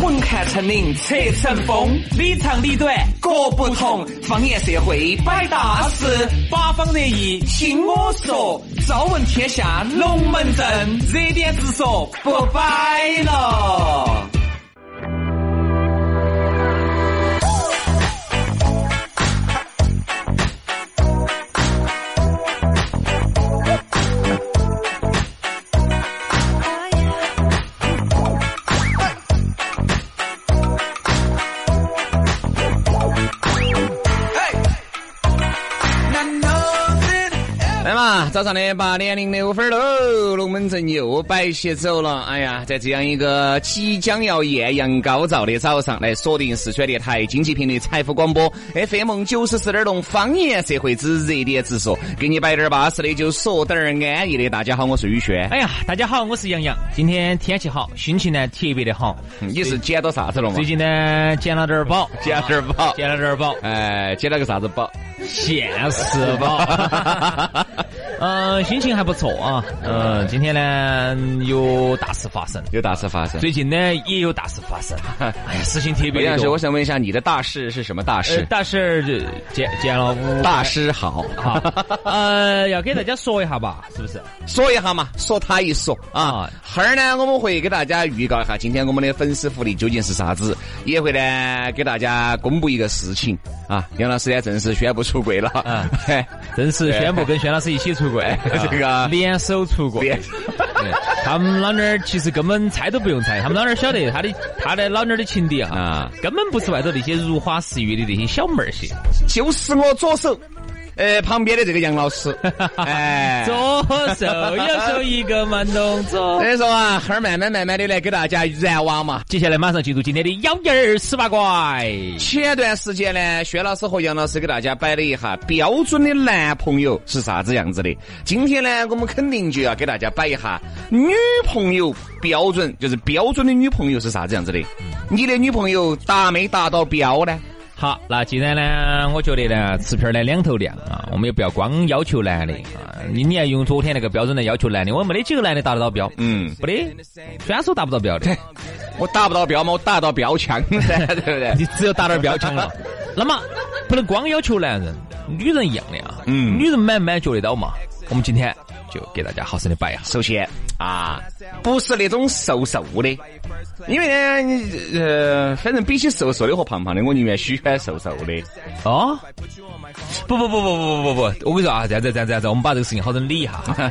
混看成岭侧成峰，里长里短各不同。方言社会摆大事，八方热议听我说。朝闻天下龙门阵，热点直说不摆了。来嘛，早上的八点零六分儿喽，龙门阵又摆起走了。哎呀，在这样一个即将要艳阳高照的早上，来锁定四川电台经济频率财富广播 FM 九十四点六方言社会之热点直说，给你摆点儿巴适的，就说点儿安逸的。大家好，我是宇轩。哎呀，大家好，我是杨洋。今天天气好，心情呢特别的好。嗯你是捡到啥子了嘛最？近呢捡了点儿宝，捡了点儿宝捡了点儿宝，哎，捡了个啥子宝？现实 宝。嗯，心情还不错啊。嗯，今天呢有大事发生，有大事发生。最近呢也有大事 发生。哎呀，事情特杨别老师，多我。想问一下，你的大事是什么大呃事？大事儿就捡捡了五大师好，哈，呃，要给大家说一下吧，是不是？ 说一下嘛，说他一说啊啊。后儿呢，我们会给大家预告一下今天我们的粉丝福利究竟是啥子，也会呢给大家公布一个事情啊。杨老师呢正式宣布出柜了，嗯嘿正式宣布跟轩老师一起出柜， 这个啊联手出柜连。 对他们老娘儿其实根本猜都不用猜，他们老娘儿晓得他的他的老娘儿的情敌啊，啊，根本不是外头那些如花似玉的那些小妹儿些。就是我左手，呃，旁边的这个杨老 师，哎。左手右手一个慢动 作所。以说啊，后儿慢慢慢慢的来给大家燃网嘛。接下来马上进入今天的幺幺儿十八怪。前段时间呢，薛老师和杨老师给大家摆了一下标准的男朋友是啥子样子的。今天呢，我们肯定就要给大家摆一下女朋友标准，就是标准的女朋友是啥子样子的。你的女朋友达没达到标呢？好，那既然呢，我觉得呢，吃片儿呢两头亮啊，我们也不要光要求男的啊，你你还用昨天那个标准来要求男的，我没得几个男的达得到标，嗯，没得，虽然说达不到标的，我达不到标嘛，我达到标 枪噻，对不对？你只有达到标枪了。那么不能光要求男人，女人一样的啊，嗯女人满不满足得到嘛？我们今天就给大家好生的摆一下。首先啊，不是那种瘦瘦的，因为呢，你呃，反正比起瘦瘦的和胖胖的，我宁愿喜欢瘦瘦的。哦，不不不不不不不不，我跟你说啊，这样子这样子这样子，我们把这个事情好生理一下哈。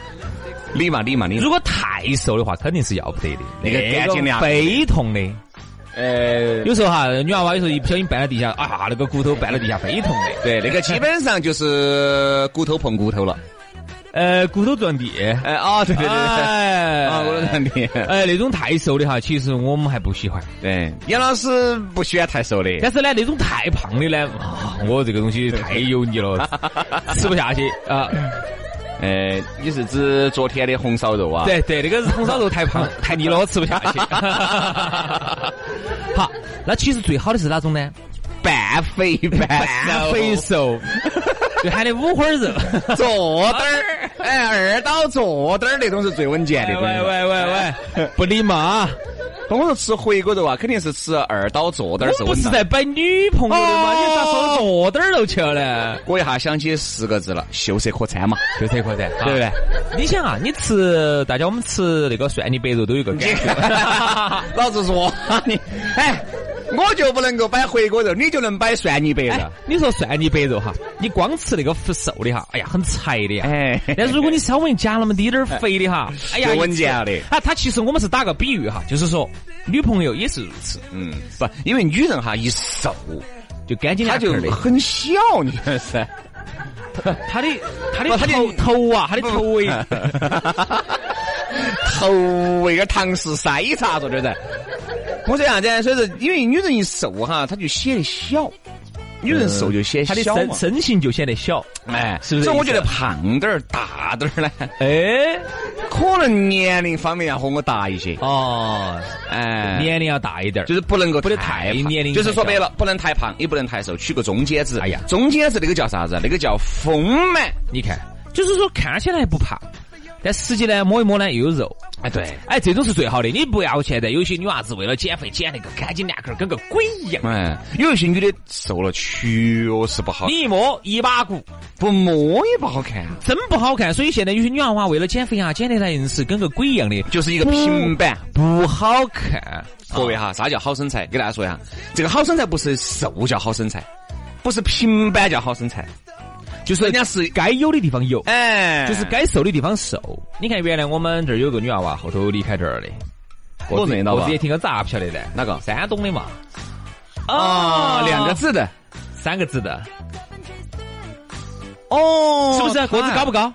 理嘛理嘛理嘛如果太瘦的话，肯定是要不得的，那个干净的啊悲痛的。呃，有时候哈，女娃娃有时候一不小心绊在地下，啊，那个骨头绊到地下，悲痛 的。对，那个基本上就是骨头碰骨头了。呃，骨头撞地。哎啊，对对对对，呃哎，啊，我认你。哎，那种太瘦的哈，其实我们还不喜欢。对，杨老师不喜欢太瘦 的，但是呢，那种太胖的呢，啊，我这个东西太油腻了，吃不下去啊。呃，你是指昨天的红烧肉啊？，对对，那个红烧肉太胖太腻了，我吃不下去。 好，那其实最好的是哪种呢？半肥半瘦，肥瘦， 就喊的五花肉。坐墩儿， 哎，二刀坐墩儿那种是最稳健 喂的。哎喂喂喂喂， 不礼貌啊！我说吃回锅肉啊，肯定是吃二刀坐墩儿是我不稳是当。在摆女朋友的吗？哦你咋说坐点儿楼去了呢？我一下想起四个字了，秀色可餐嘛。就这块噻，对不对？你想啊，你吃大家我们吃那个蒜泥白肉都有一个 感觉。 老子说你，哎，我就不能够摆回锅肉，你就能摆蒜泥白哎肉。，你说蒜泥白肉哈，你光吃那个肥瘦的哈，哎呀，很柴的呀。哎但如果你稍微加那么滴点儿肥的哈，哎呀，就稳健了的一吃啊，他其实我们是打个比喻哈，就是说女朋友也是如此，嗯，不，因为女人哈一瘦，就干净她两就口儿的。很小，你看噻。她的她的不她就头头啊，她的头围， 头围个唐氏筛查着的噻。我说啥子？所以说，因为女人一瘦哈，她就显得小，女人瘦就显嗯她的小身嘛。身形就显得小。哎，是不是所以我这觉意思得胖点儿、大点儿呢，哎，可能年龄方面要和我大一些。哦，哎，年龄要大一点儿，就是不能够不得太太胖年龄就是太说小白了，不能太胖，也不能太瘦，取个中间值。哎呀中间值那个叫啥子？那个叫丰满。你看，就是说看起来不胖，但实际呢摸一摸呢又有肉，哎，对，哎，这种是最好的。你不要现在有些女娃子为了减肥减那个干净两个跟个鬼一样，哎，有一些女的瘦了确实不好，你一摸一把骨，不摸也不好看，真不好看。所以现在有些女娃娃为了减肥啊，减得来硬是跟个鬼一样的，就是一个平板。不好看。嗯啊各位哈，啥叫好身材？给大家说一下，这个好身材不是瘦叫好身材，不是平板叫好身材，就是人家是该有的地方有，哎，就是该瘦的地方瘦。你看原来我们这儿有个女娃娃，后头离开这儿的，我认到我吧直接？听个咋不晓得的？哪个山东的嘛。啊，两个字，字的，三个字的，哦是不是？个子高不高？高？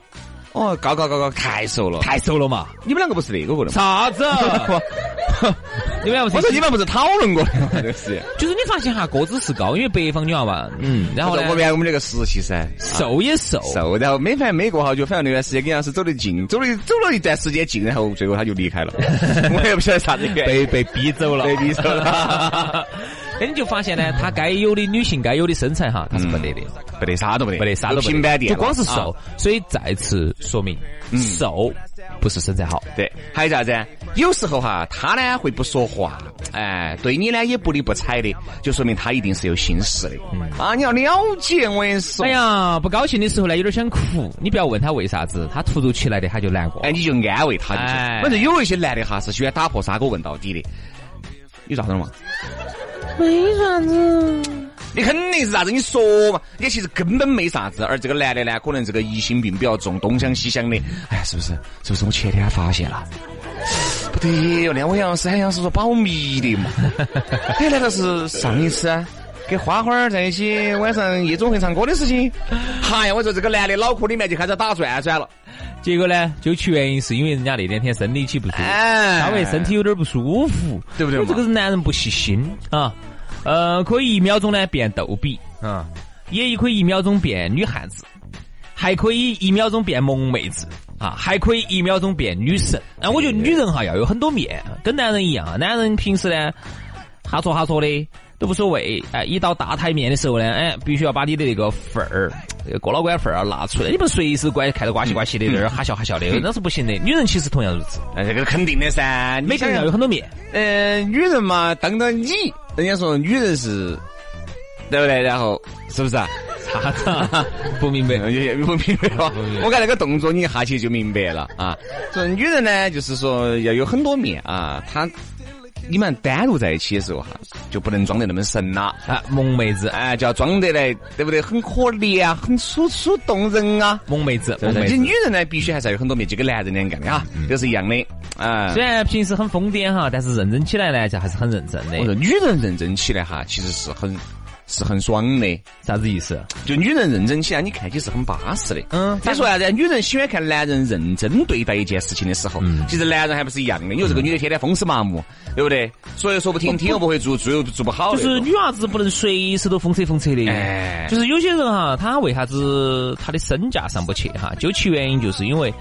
哦，高高高高，太瘦了。太瘦了嘛。你们两个不是那个过的吗？啥子？ 你们要不我是说你们不是讨论过的吗？这个事情。 就是你啊发现哈，个子是高，因为北方女娃娃，嗯，然后呢，我原来我们那个实习噻，瘦也瘦，瘦，然后没反正没过好久，反正那段时间跟杨是走得近，走了走了一段时间近，然后最后他就离 开了，我也不晓得啥子原因，被 被逼走了，嗯被逼走了。 那你就发现呢，她该有的女性该有的身材哈，她是没得的，没得啥都没得，没得啥都没得平板电就脑，光是啊瘦。所以再次说明，瘦不是身材好。对，还有啥子啊？有时候哈，他呢会不说话，哎，对你呢也不理不睬的，就说明他一定是有心事的。啊，你要了解，我跟你说，哎，呀，不高兴的时候呢，有点想哭，你不要问她为啥子，她突如其来的她就难过。哎，你就安慰他就行哎。反正有一些男的哈是喜欢打破砂锅问到底的，有啥子嘛？没啥子，你肯定是啥子？你说嘛，你其实根本没啥子。而这个男的呢，可能这个疑心病比较重，东想西想的。哎，是不是？是不是我前天发现了？不对哟，那我杨老师，哎，杨老师说保密的嘛。哎，难道是上一次啊跟花花儿在一起晚上夜总会唱歌的事情？嗨呀，我说这个男的脑壳里面就开始打转转了。结果呢，究其原因，是因为人家那两天生理期不舒服。哎，稍微身体有点不舒服，对不对嘛这个是男人不细心啊，呃，可以一秒钟呢变逗比啊，也可以一秒钟变女汉子，还可以一秒钟变萌妹子啊，还可以一秒钟变女神。啊，我觉得女人哈要有很多面，跟男人一样，啊，男人平时呢哈搓哈搓的。都无所谓，哎，一到大台面的时候呢，哎，必须要把你的那个份儿，这个过老关份儿要啊拿出来。你不随时关看到呱唧呱唧的，在那儿哈笑哈 笑的，那是不行的。女人其实同样如此，哎，这个肯定的噻。每个人要有很多面。呃，女人嘛，当当你，人家说女人是，对不对？然后是不是啊？啥 子啊？ 不明白。嗯也也不明白吧明？白我看那个动作，你一下去就明白了啊。所以女人呢，就是说要有很多面啊，她。你们单独在一起的时候哈，就不能装得那么神了，啊，萌妹子，哎，就要装得来，对不对？很可怜啊，很楚楚动人啊，萌妹子，对不萌对？妹其实子。女人呢，必须还是要有很多面，就跟男人两样的哈，嗯都是一样的啊。虽然平时很疯癫哈，但是认真起来呢，就还是很认真我说的。女人认真起来哈，其实是很是很爽的，啥子意思？就女人认真起来，你看起是很巴适的。嗯再说啥子？女人喜欢看男人认真对待一件事情的时候，嗯其实男人还不是一样的。因为这个女的天天风湿麻木，对不对？说又说不听，听又不会做，做又做不好那就种。是女娃子不能随时都风车风车的。哎就是有些人哈，他为啥子他的身价上不去哈？究其原因，就是因为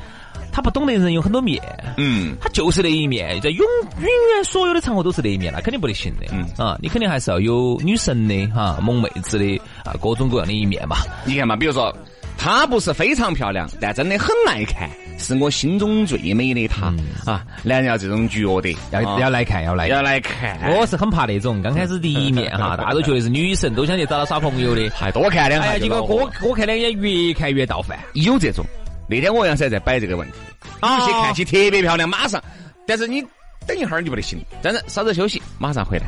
他不懂得人有很多面。嗯，他就是那一面，在永永远所有的场合都是那一面，那肯定不得行的。嗯啊，你肯定还是要有女神的哈，萌妹子的啊，各种各样的一面嘛。你看嘛，比如说她不是非常漂亮，但真的很耐看，是我心中最美的她啊。男人要这种觉得，啊来看，嗯要来哦要来看，我是很怕那种，刚开始第一面 哈，大家都觉得是女神，都想去找她耍朋友的。还多看两哎下呀，就结果恼火了。我我看两眼，越看越倒饭。有这种。那天我杨噻在摆这个问题，啊有些看起特别漂亮，马上，但是你等一会儿你就不得行。但是稍作休息，马上回来。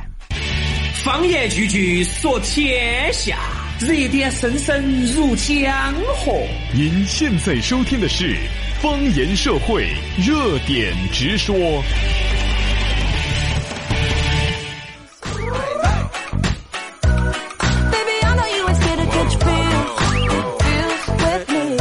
方言句句说天下，热点声声入江河。您现在收听的是《方言社会》，热点直说。 Baby, I know you ain't scared to catch feels. Feels with me.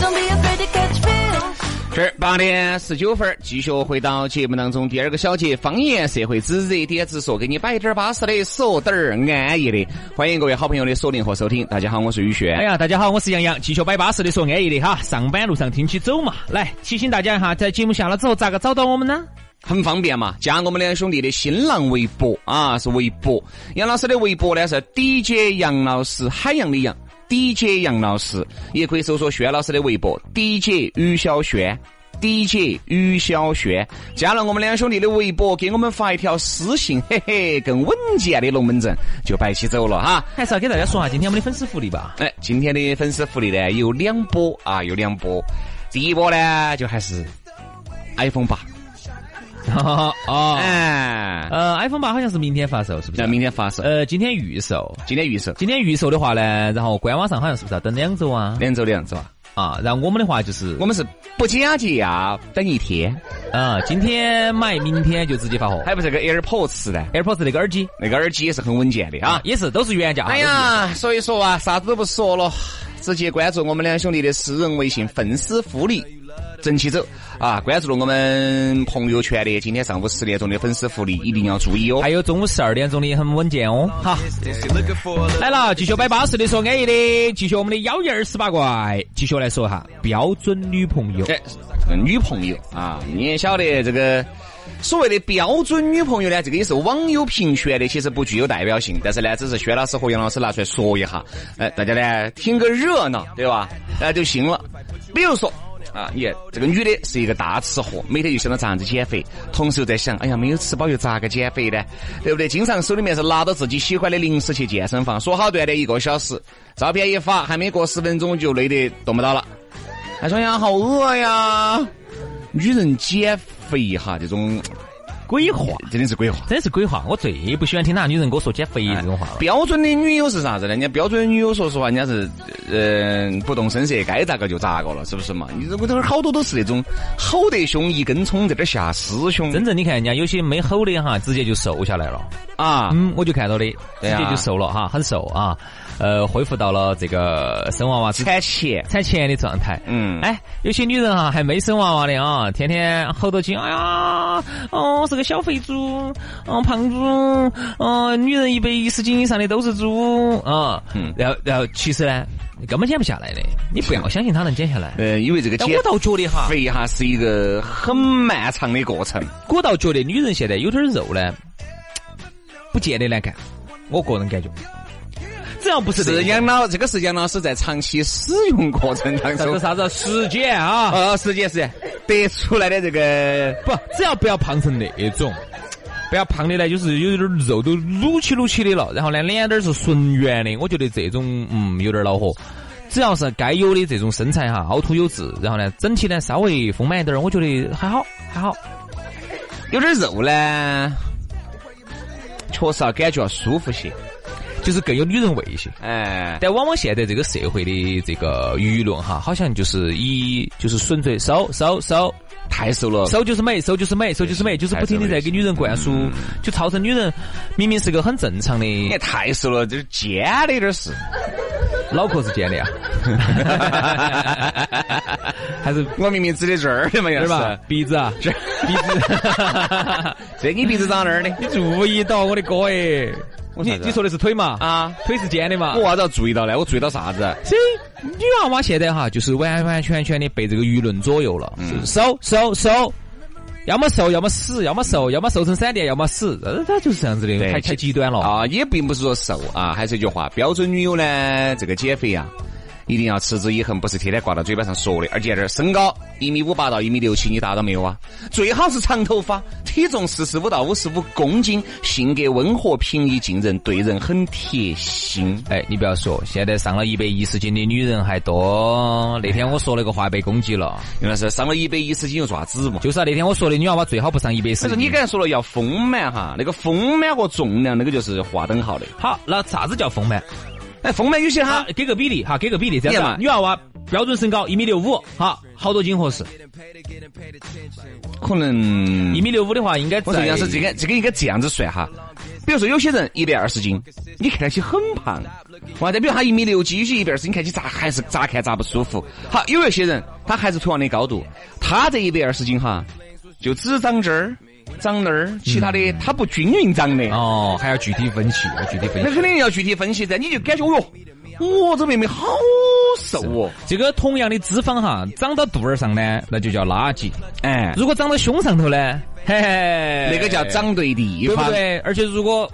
Don't be afraid to catch feels. 是八点十九分儿，继续回到节目当中第二个小节，方言社会之热点直说，给你摆点儿巴适的，说点儿安逸的。欢迎各位好朋友的锁定和收听。大家好，我是宇轩。哎呀，大家好，我是杨洋，继续摆巴适的说安逸的哈，上班路上听起走嘛。来提醒大家哈，在节目下了之后，咋个找到我们呢？很方便嘛，加我们两兄弟的新浪微博啊，是微博。杨老师的微博呢是 DJ 杨老师，海洋的洋，DJ 杨老师，也可以搜索轩老师的微博 DJ 于小轩。 DJ 于小轩，加了我们两兄弟的微博，给我们发一条私信，嘿嘿，更稳健的龙门阵就摆起走了哈。还是要给大家说下今天我们的粉丝福 利吧。哎，今天的粉丝福利呢有两波啊，有两波。第一波呢就还是 iPhone 八，哦，哎，呃，iPhone 八好像是明天发售，是不那是？明天发售，呃，今天预售，今天预售，今天预售的话呢，然后官网上好像是不是要等两周啊？两周的样子吧。啊，然后我们的话就是我们是不加价等一天，啊，今天买，明天就直接发货。还不是个 AirPods 呢， AirPods 那个耳机那个耳机也是很稳健的啊啊，。也是都是原价。哎呀，所以说啊，啥子都不说了，直接关注我们两兄弟的私人微信粉丝福利。整起走啊！关注了我们朋友圈的今天上午十点钟的粉丝福利，一定要注意哦还。有中午十二点钟的也很稳健哦。好，来了，继续摆巴适的说安逸的，继续我们的幺一二十八怪，继续来说哈标准女朋友。哎，这个女朋友啊，你也晓得这个所谓的标准女朋友呢，这个也是网友评选的，其实不具有代表性。但是呢，只是薛老师和杨老师拿出来说一下，哎，大家呢听个热闹，对吧？哎就行了。比如说。啊，你看这个女的是一个大吃货，每天就想到咋子减肥，同时又在想，哎呀，没有吃饱又咋个减肥呢？对不对？经常手里面是拿到自己喜欢的零食去健身房，说好锻炼一个小时，照片一发，还没过十分钟就累得动不到了。他说呀，好饿呀！女人减肥哈，这种鬼话，真的是鬼话。真是鬼话，我最不喜欢听哪女人给我说减肥这种话了。哎标准的女友是啥子呢？人家标准的女友，说实话，人家是嗯、不动声色，该咋个就咋个了，是不是嘛？你这我这儿好多都是那种吼得凶，一根葱在这儿下师兄，真正你看人家有些没吼的哈，直接就瘦下来了。啊！嗯，我就看到的，直对啊接就瘦了哈，很瘦啊，呃，恢复到了这个生娃娃之产前，产前的状态。嗯，哎，哎，有些女人啊，还没生娃娃的啊，天天吼到起，哎呀，哦，是个小肥猪，哦，胖猪，哦，女人一百一十斤以上的都是猪啊。嗯然后，然后其实呢，根本减不下来的，你不要相信她能减下来。呃，因为这个但减哎我倒觉得哈，肥哈是一个很漫长的过程，我倒觉得女人现在有点肉呢，不见得难看，我个人感觉，只要不是是这样杨老，这个是杨老师在长期使用过程当啥中子，啥子实践啊，呃，实际是得出来的这个不，只要不要胖成那种，不要胖的呢，就是有点儿肉都撸起撸起的了，然后呢脸蛋儿是纯圆的，我觉得这种嗯有点儿恼火。只要是该有的这种身材哈，凹凸有致，然后呢整体呢稍微丰满一点儿，我觉得还好还好。有点肉呢，确实要感觉要舒服些。就是更有女人味一些。哎，但往往现在这个社会的这个舆论哈，好像就是以就是纯粹收收收太瘦了，收就是美，收就是美，收就是美，就是不停的在给女人灌输，就造成女人明明是个很正常的也太瘦了，就是尖的点儿是。脑壳是尖 的呀，还是我明明指的这儿的嘛，这要儿吧是。？鼻子啊，鼻子， 这你鼻子长哪儿呢？ 你注意到我的哥哎，我你啥子啊你说的是腿嘛？啊，啊，腿是尖的嘛我？为啥子要注意到呢？我注意到啥子？所以女娃娃现在哈，就是完完全全的被这个舆论左右了，瘦瘦瘦。要么瘦，要么死，要么瘦，要么瘦成闪电，要么死，呃它就是这样子的，对太太极端了。啊，也并不是说瘦啊，还是一句话，标准女友呢，这个减肥啊，一定要持之以恒，不是天天挂到嘴巴上说的。而且这身高一米五八到一米六七，你达到没有啊？最好是长头发，体重四十五到五十五公斤，性格温和平易近人，对人很贴心。哎，你不要说，现在上了一百一十斤的女人还多。那天我说了个话被攻击了，原来是上了一百一十斤有爪子嘛？就是啊，那天我说的女娃娃最好不上一百但十是斤。你刚才说了要丰满哈，那个丰满和重量那个就是划等号的。好，那啥子叫丰满？哎，丰满有些啊哈，，给个比例哈，给个比例这样子你啊。看嘛女娃娃标准身高一米六五，好，好多斤合适。嗯可能一米六五的话，应该我说在杨是这个这个应该这样子算哈，比如说有些人一百二十斤，你看起很胖，哇！再比如他一米六几，有些一百二十斤，你看起咋还是咋看咋不舒服。好，有一些人他还是同样的高度，他这一百二十斤哈，就只长这儿，长那儿，其他的他不均匀长的。嗯哦，还要具体分析，要具体分那析。肯定要具体分析噻，你就感觉哦哟，我这妹妹好瘦哦，这个同样的脂肪哈，长到肚儿上呢，那就叫垃圾；哎，如果长到胸上头呢，嘿嘿，那个叫长对地哎对不方。对？而且如果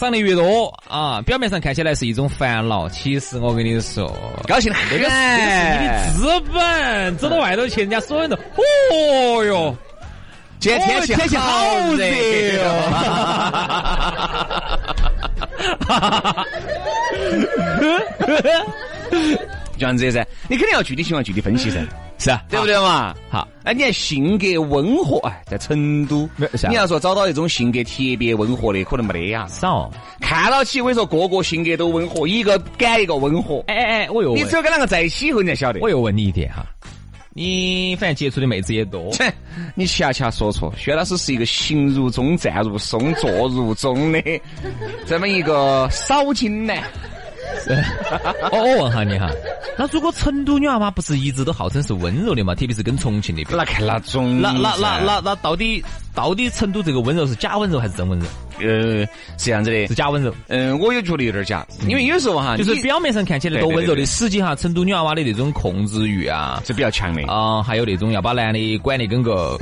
涨得越多啊，表面上看起来是一种烦恼，其实我跟你说，高兴的这很。个是这个是你的资本，走到外头去，人家所有人都，哦哟。今天天气哦天气好热热就像这噻，你肯定要具体情况具体分析噻，是啊， 对不对嘛？好，哎，你看性格温和，哎，在成都没是，啊你要说找到一种性格特别温和的，可能没得呀。少。看到起，我跟你说，个个性格都温和，一个赶一个温和。哎哎哎，我又你问只，有跟啷个在一起以后，你才晓得。我又问你一点哈，你反正接触的妹子也 多，切，你恰恰说错，薛老师是一个行如钟、站如松、坐如钟的这么一个少金男。哦，我问下你哈，那如果成都女娃娃不是一直都号称是温柔的嘛，特别是跟重庆那边，啊那看那种，那那那那那到底到底成都这个温柔是假温柔还是真温柔？呃，是这样子的是。假温柔，嗯，我也觉得有点假，因为有时候哈，嗯就是你表面上看起来多温柔对对对的，实际哈成都女娃娃的那种控制欲啊，是比较强的。啊、还有那种要把男的管得跟个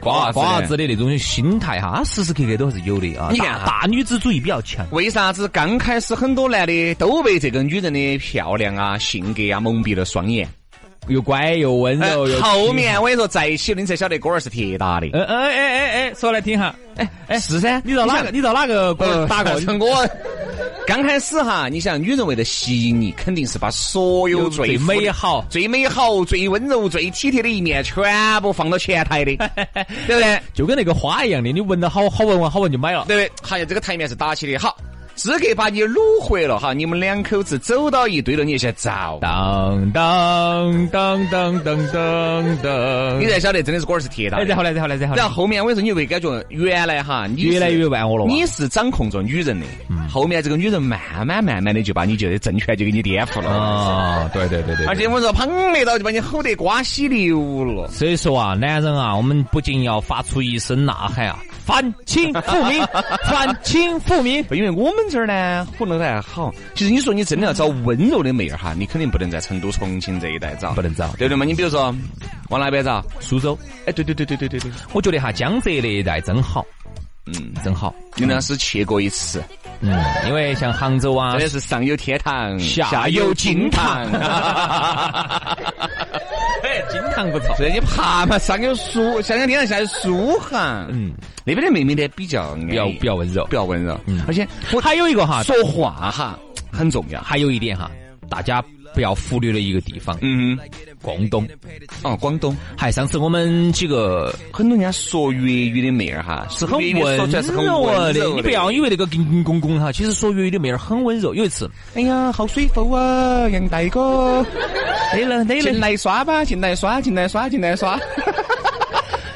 瓜瓜瓜娃子子的那种心态哈，时时刻刻都还是有的啊。你看大哈大女子主义比较强，为啥子刚开始很多男的都被这个女人的漂亮啊、性格啊蒙蔽了双眼？又乖又温呃柔又、后。面我跟你说，在一起了，你才晓得哥儿是铁打的。呃呃哎哎哎，说来听哈，哎哎，是噻，你到哪个？你到哪个国呃， 打过？成我 刚开始哈，你想女人为了吸引你，肯定是把所有最最美、好，最美好、最温柔、最体贴的一面全部放到前台 的，对不对？就跟那个花一样的，你闻到好好闻完好闻就买了。对不对？好像这个台面是打起的，好，资格把你掳回了哈，你们两口子走到一堆了，你才遭。当当当当当当当你，才晓得真的是果儿是铁打嗯哎，然后的。来，然后来，然后来，然后后面我跟你说，你会感觉原来哈，你是越来越玩我了吧嗯你是掌控着女人的，后面这个女人慢慢慢慢的就把你觉得政权就给你颠覆了。啊，对对对对，而且我说，砰的一刀就把你吼得瓜稀流了。所以说啊，男人啊，我们不仅要发出一声呐喊啊，反清复 明，反清复明。因为我们这儿呢混得还好，其实你说你真的要找温柔的妹儿哈，你肯定不能在成都、重庆这一带找，不能找对不对嘛？你比如说往哪边找？苏州，哎，对对对对对对对，我觉得哈江浙那一带真好，嗯，真好。你那是去过一次，嗯，因为像杭州啊真，的是上有天堂，下有金堂 哎，金堂不错。 所以你爬嘛，上有苏，上有天堂，下有苏杭，嗯嗯，那边的妹妹呢比较安逸比较比较嗯温柔比。较温柔，而且我还有一个哈，说话哈很重要。还有一点哈，大家不要忽略了一个地方，嗯，广东。哦，广东还上次我们几个很多人家说粤语的妹儿哈，是是很温柔的，你不要以为那个公公公哈，其实说粤语的妹儿很温柔。有一次，哎呀，好舒服啊，杨大 哥，你来你进来耍吧，进来耍，进来耍，进来 耍，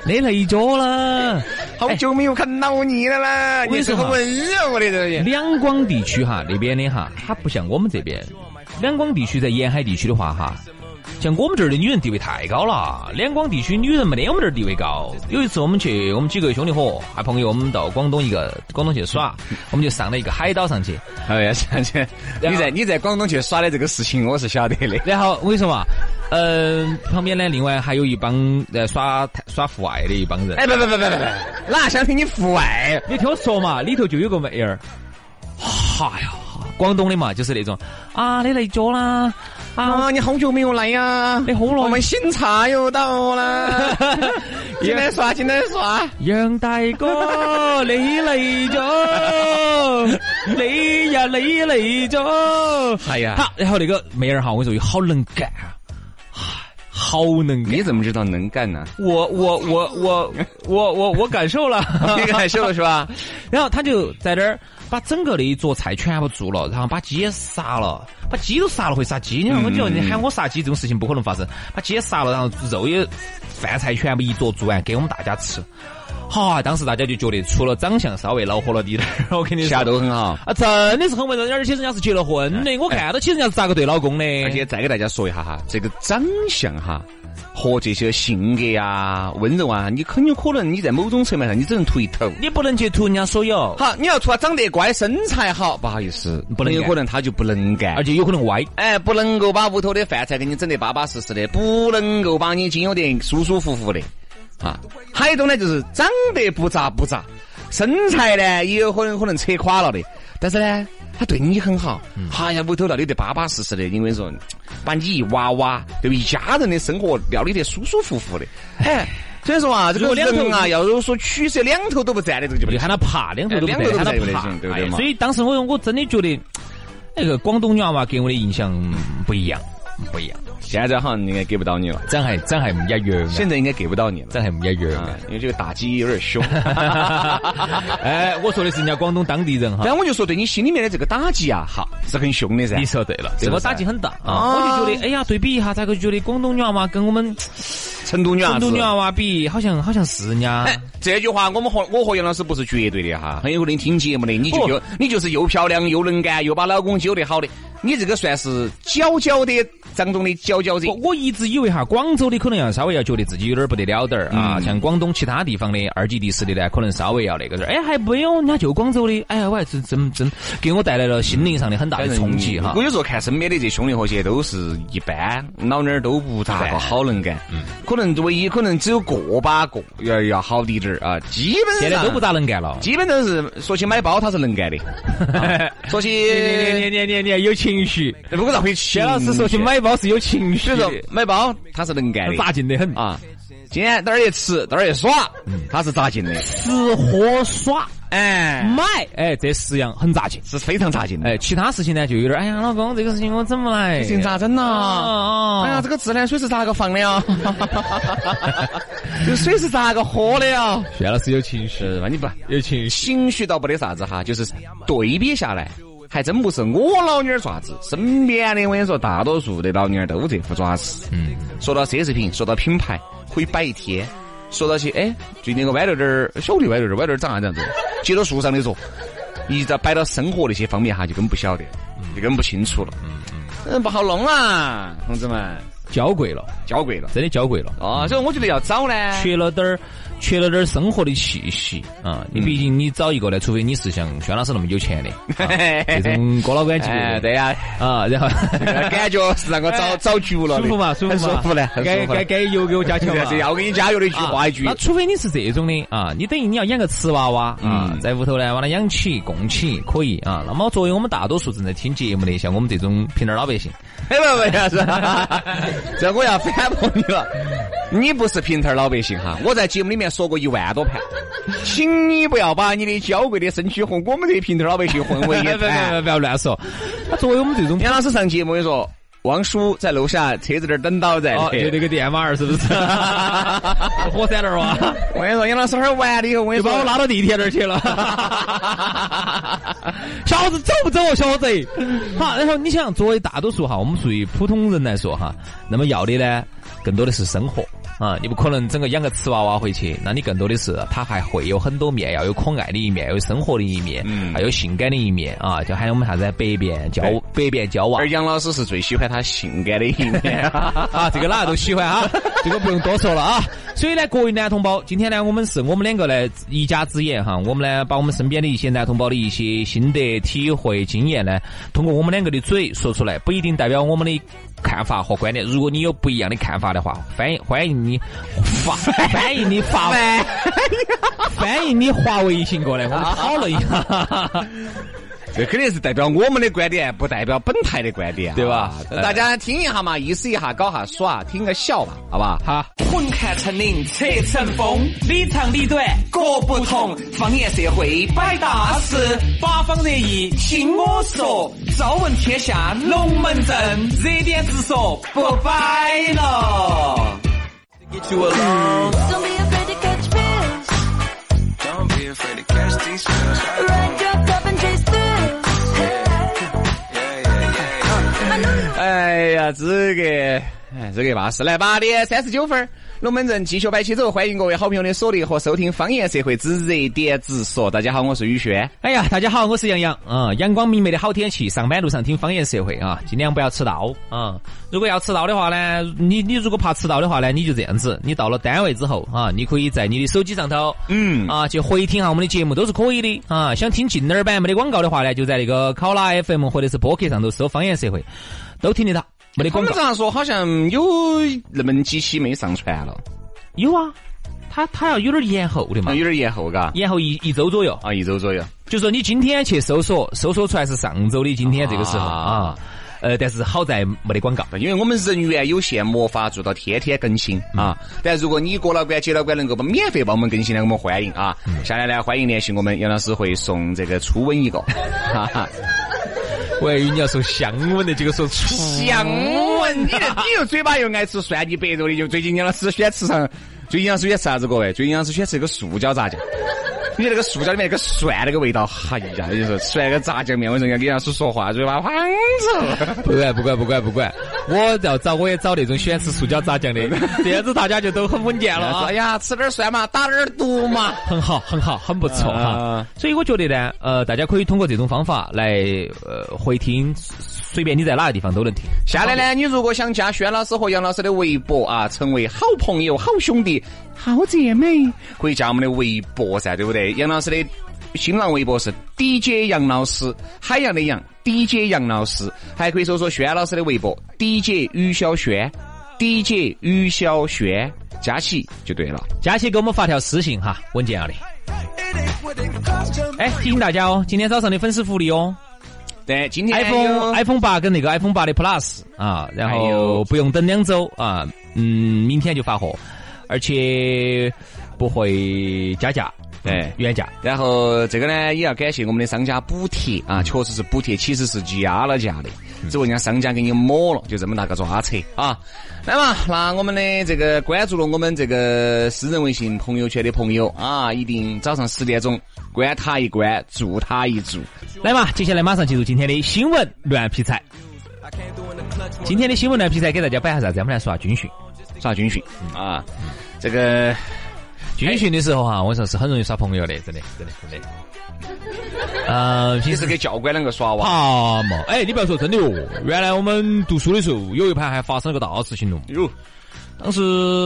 你累着 了。好久没有看到你了啦，我跟你你是说个哈温柔的人。两广地区哈那边的哈，它不像我们这边。两广地区在沿海地区的话哈，像我们这儿的女人地位太高了。两广地区女人没得我们这儿地位高。有一次我们去，我们几个兄弟伙还朋友，我们到广东一个广东去耍，我们就上了一个海岛上去。哎呀，想起来你在你在广东去耍的这个事情，我是晓得的。然后我跟你说嘛，嗯、旁边呢另外还有一帮呃耍耍户外的一帮人。哎，不不不不不不，哪想听你户外？你听我说嘛，里头就有个妹儿，哈呀，广东的嘛，就是那种啊，你来脚啦，啊，啊，你好久没有来呀？你好我了们新茶又到 了，进来耍，进来耍。杨大哥，你来咗，你呀你来咗，哎呀好，然后那个妹儿哈，我跟你说，好能干啊，唉好能干，你怎么知道能干 呢？我我我我我我我感受 了，你感受了是吧？然后他就在那儿把整个的一桌菜全部做了，然后把鸡也杀了，把鸡都杀了会杀鸡，你看我觉得你喊我杀鸡这种事情不可能发生，把鸡也杀了，然后肉也饭菜全部一桌做完给我们大家吃。哈、当时大家就觉得除了长相稍微恼火了滴点儿， 我跟你其他说。都很好。啊，真的是很温柔，而且人家是结了婚的，我看到起人家是咋个对老公的，而且再给大家说一下哈，这个长相哈和这些性格啊、温柔啊，你很有可能你在某种层面上你只能秃头。你不能去图人家所有，好，你要说他长得乖、身材好，不好意思，不能很有干可能他就不能干，而且有可能歪。哎，不能够把屋头的饭菜给你整得巴巴适适的，不能够把你经营得舒舒服服的，啊，还有一种呢，就是长得不咋不咋，身材呢也有可能可能扯垮了的，但是呢，他对你很好，哎呀，屋头料理得巴巴适适的，因为说把你一娃娃，对不对？一家人的生活料理得舒舒服服的，哎，所以说啊，这如个果两头人啊，要有所取舍，两头都不占的，这个就不就得喊他爬，两头都不哎两头都得，不喊得他不得爬行对不。对哎嘛所以当时我我真的觉得，那个广东女娃娃给我的印象嗯不一样，不一样，现在好像应该给不到你了，长还长还不一样，啊现在应该给不到你了，长还不一样。啊，因为这个打击有点凶。 哎，我说的是人家广东当地人哈。但我就啊说对你心里面的这个打击啊，哈，是很凶的噻你。说对了，是这不个是打击很大啊！啊我就觉得，哎呀，对比一下，咋个觉得广东女娃娃跟我们成都女娃成子，都女娃娃比，好像好像是呀。哎，这句话我们和我和杨老师不是绝对的哈，很有可能听节目的你就不又你就是又漂亮又能干又把老公揪得好的，你这个算是佼佼的当中的佼佼者我。我一直以为哈，广州的可能要稍微要觉得自己有点不得了点儿啊，像广东其他地方的二级、第四的呢，可能稍微要那个点儿。哎，还没有，人家就广州的，哎呀，我还真真真给我带来了心灵上的很大的冲击哈我。有时候看身边的这兄弟伙些，都是一般，老娘儿都不咋个好能干，可能唯一可能只有个把个要要好滴点儿啊，基本上现在都不咋能干了。基本上是说起买包他是能干的，啊说起你你你你有情绪，不过咋会去？薛老师说去买包是有情绪所以的说，买包他是能干的，扎劲的很。啊，今天到这儿一吃，到这儿一耍，他是扎劲的，吃喝耍哎，买，哎，这十样很扎劲。是非常扎劲的。哎，其他事情呢就有点，哎呀，老公，这个事情我整不来。这咋整呐？啊哎呀，这个自来水是咋个放的呀？这水是咋个喝的呀？薛老师有情绪，是吧？你不有情绪。情绪倒不得啥子哈，就是对比下来，还真不是我老娘儿爪子，身边的我跟你说，大多数的老娘儿都这副爪子。嗯，说到奢侈品，说到品牌，可以摆一天。说到起，哎，最近那个歪头点儿，小弟歪头点儿，歪头点儿长啥子样子？接到树上的说，一直摆到生活那些方面哈，就更不晓得，就更不清楚了。嗯，不好弄啊，同志们，娇贵了，娇贵了。真的娇贵了。哦，所以我觉得要找呢，缺了点儿，缺了点儿生活的气息啊！你毕竟你找一个呢，除非你是像轩老师那么 有钱的，啊这种哥老倌级哎，别的对呀、啊， 然后 感觉是让我找找绝了的，舒服嘛，舒服很嘛， 舒服的，很舒该服该的。该油给我加球嘛。啊是 要给你加油的一句话一句那，除非你是这种的啊，你等于你要养个瓷娃娃啊嗯，在屋头呢，把它养起、供起，可以啊。那么作为我们大多数正在听节目的，像我们这种平头老百姓，哎不不要是，这我要反驳你了。你不是平头老百姓哈，我在节目里面说过一万多盘，请你不要把你的娇贵的身躯和我们这些平头老百姓混 为一不要谈。不要乱说。那作为我们 这种杨老师上节目就说，王叔在楼下车子那儿等到在。哦，就那个电马儿是不 是？火山那儿哇，我跟你说，杨老师那儿完了以后，我跟就你把我说，拉到地铁那儿去 了。小伙子走不走哦，小伙子？好，然后你想，作为大多数哈，我们属于普通人来说哈，那么要的呢，更多的是生活啊，你不可能整个养个瓷娃娃回去，那你更多的是它还会有很多面，要有可爱的一面，有生活的一面，嗯还有性感的一面啊，就喊我们啥子百变娇对百变娇娃而杨老师是最喜欢他性感的一面。 啊，这个哪个都喜欢啊，这个不用多说了啊。所以呢，各位男同胞，今天呢，我们是我们两个呢一家之言哈，我们呢把我们身边的一些男同胞的一些心得、体会、经验呢，通过我们两个的嘴说出来，不一定代表我们的。看法和观点，如果你有不一样的看法的话，欢迎欢迎你 发欢迎你发 欢迎你发微信过来，我们讨论一下。 这肯定是代表我们的观点，不代表本台的观点，对吧啊大家听一下嘛，意思一下，搞下耍，听个笑嘛，好 吧？好，混看成岭侧成峰，里长里短各不同。方言社会摆大事，八方热议听我说。朝闻天下龙门阵，热点直说不摆了。 Don't be afraid to catch fish. Ride your cup and chase through. I know you 哎呀，资格，哎，资格巴适。来，八点三十九分儿，龙门阵继续摆起走，欢迎各位好朋友的锁定和收听《方言社会之热点直说》。大家好，我是宇轩。哎呀，大家好，我是杨洋啊、阳光明媚的好天气，上班路上听方言社会啊，尽量不要迟到啊、如果要迟到的话呢，你你如果怕迟到的话呢，你就这样子，你到了单位之后啊，你可以在你的手机上头，嗯啊，去回听下我们的节目都是可以的啊。想听近点儿版没得广告的话呢，就在那个考拉 FM 或者是播客上头搜方言社会，都听得到，没得我广们告这。样说，好像有那么几期没上传了。有啊，他他要有点延后的嘛啊有，点延后，嘎，延后一一周左右。啊，一周左右。就说你今天去搜索，搜索出来是上周的今天这个时候啊啊，呃，但是好在没得广告。因为我们人员有限，没法做到天天更新啊。但如果你郭老倌、姐老倌能够帮免费帮我们更新呢，我们欢迎啊。下来呢，欢迎联系我们，杨老师会送这个初吻一个，哈哈。我以为你要说香吻的，结果说出香吻，你这你又嘴巴又爱吃蒜泥白肉的，就最近杨老师喜欢吃上，最近杨老师喜欢吃啥子？各位，最近杨老师喜欢吃一个塑胶炸酱。你那个塑胶里面那个蒜那个味道，哎呀，你说蒜那个炸酱面，我说要跟杨老师说话，嘴巴慌着。 不管不管不管不管，我要找我也找那种喜欢吃塑胶炸酱的， 这样子大家就都很稳健了说啊哎。呀，吃点蒜嘛，打点毒嘛。很好，很好，很不错啊哈。所以我觉得呢，呃，大家可以通过这种方法来呃回听，随便你在哪个地方都能听。下来呢，你如果想加轩老师和杨老师的微博啊，成为好朋友、好兄弟、好姐妹，可以加我们的微博噻，对不对？杨老师的新浪微博是 DJ 杨老师，海洋的洋 DJ 杨老师，还可以搜索轩老师的微博 DJ 于小轩，DJ 于小轩，加起就对了。佳琪给我们发条私信哈，文件要的。哎，提醒大家哦，今天早上的粉丝福利哦对，今 天，iPhone 有 iPhone 八跟那个 iPhone 八的 Plus 啊，然还有后不用等两周啊，嗯，明天就发货，而且不会加价，哎对原价。然后这个呢，也要感谢我们的商家补贴啊，确实是补贴，其实是加了价的，只不过人家商家给你抹了，就这么大个抓扯啊。来嘛，那我们的这个关注了我们这个私人微信朋友圈的朋友啊，一定早上十点钟关他一关，注他一注。来嘛，接下来马上进入今天的新闻乱劈柴。今天的新闻乱劈柴给大家摆下啥子？我们来说下军训。耍军训啊，这个军训的时候哈、我说是很容易耍朋友的，真的，真的，真的。呃，平你时是给教官啷个耍哇？啊嘛，哎，你不要说真的哦，原来我们读书的时候有一盘还发生了个大事情哦。哟，当时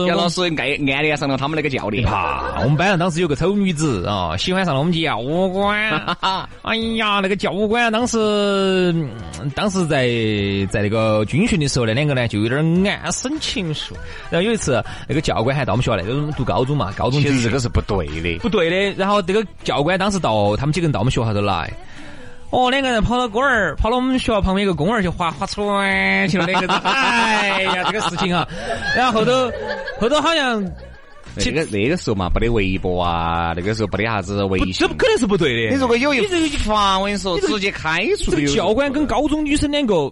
杨老我师暗暗恋上了他们那个教练，怕我们班上当时有个丑女子啊，喜欢上了我们教官。 哎呀，那个教官当时，嗯当时在在那个军训的时候，那两个呢就有点暗生情愫。然后有一次，那个教官还到我们学校来，就是我们读高中嘛，高中其军实训这个是不对的。不对的。然后这个教官当时到他们几个人到我们学校头来，哦，两个人跑到公园儿，跑到我们学校旁边一个公园儿去划划船啊去了， 两个人。哎呀，这个事情啊，然后后头后头好像那个那个时候嘛，没得微博啊，那个时候没得啥子微不，信这。肯定是不对的。你如果有一你这个发，我跟你说，你这个直接开除的这个有。教官跟高中女生两个。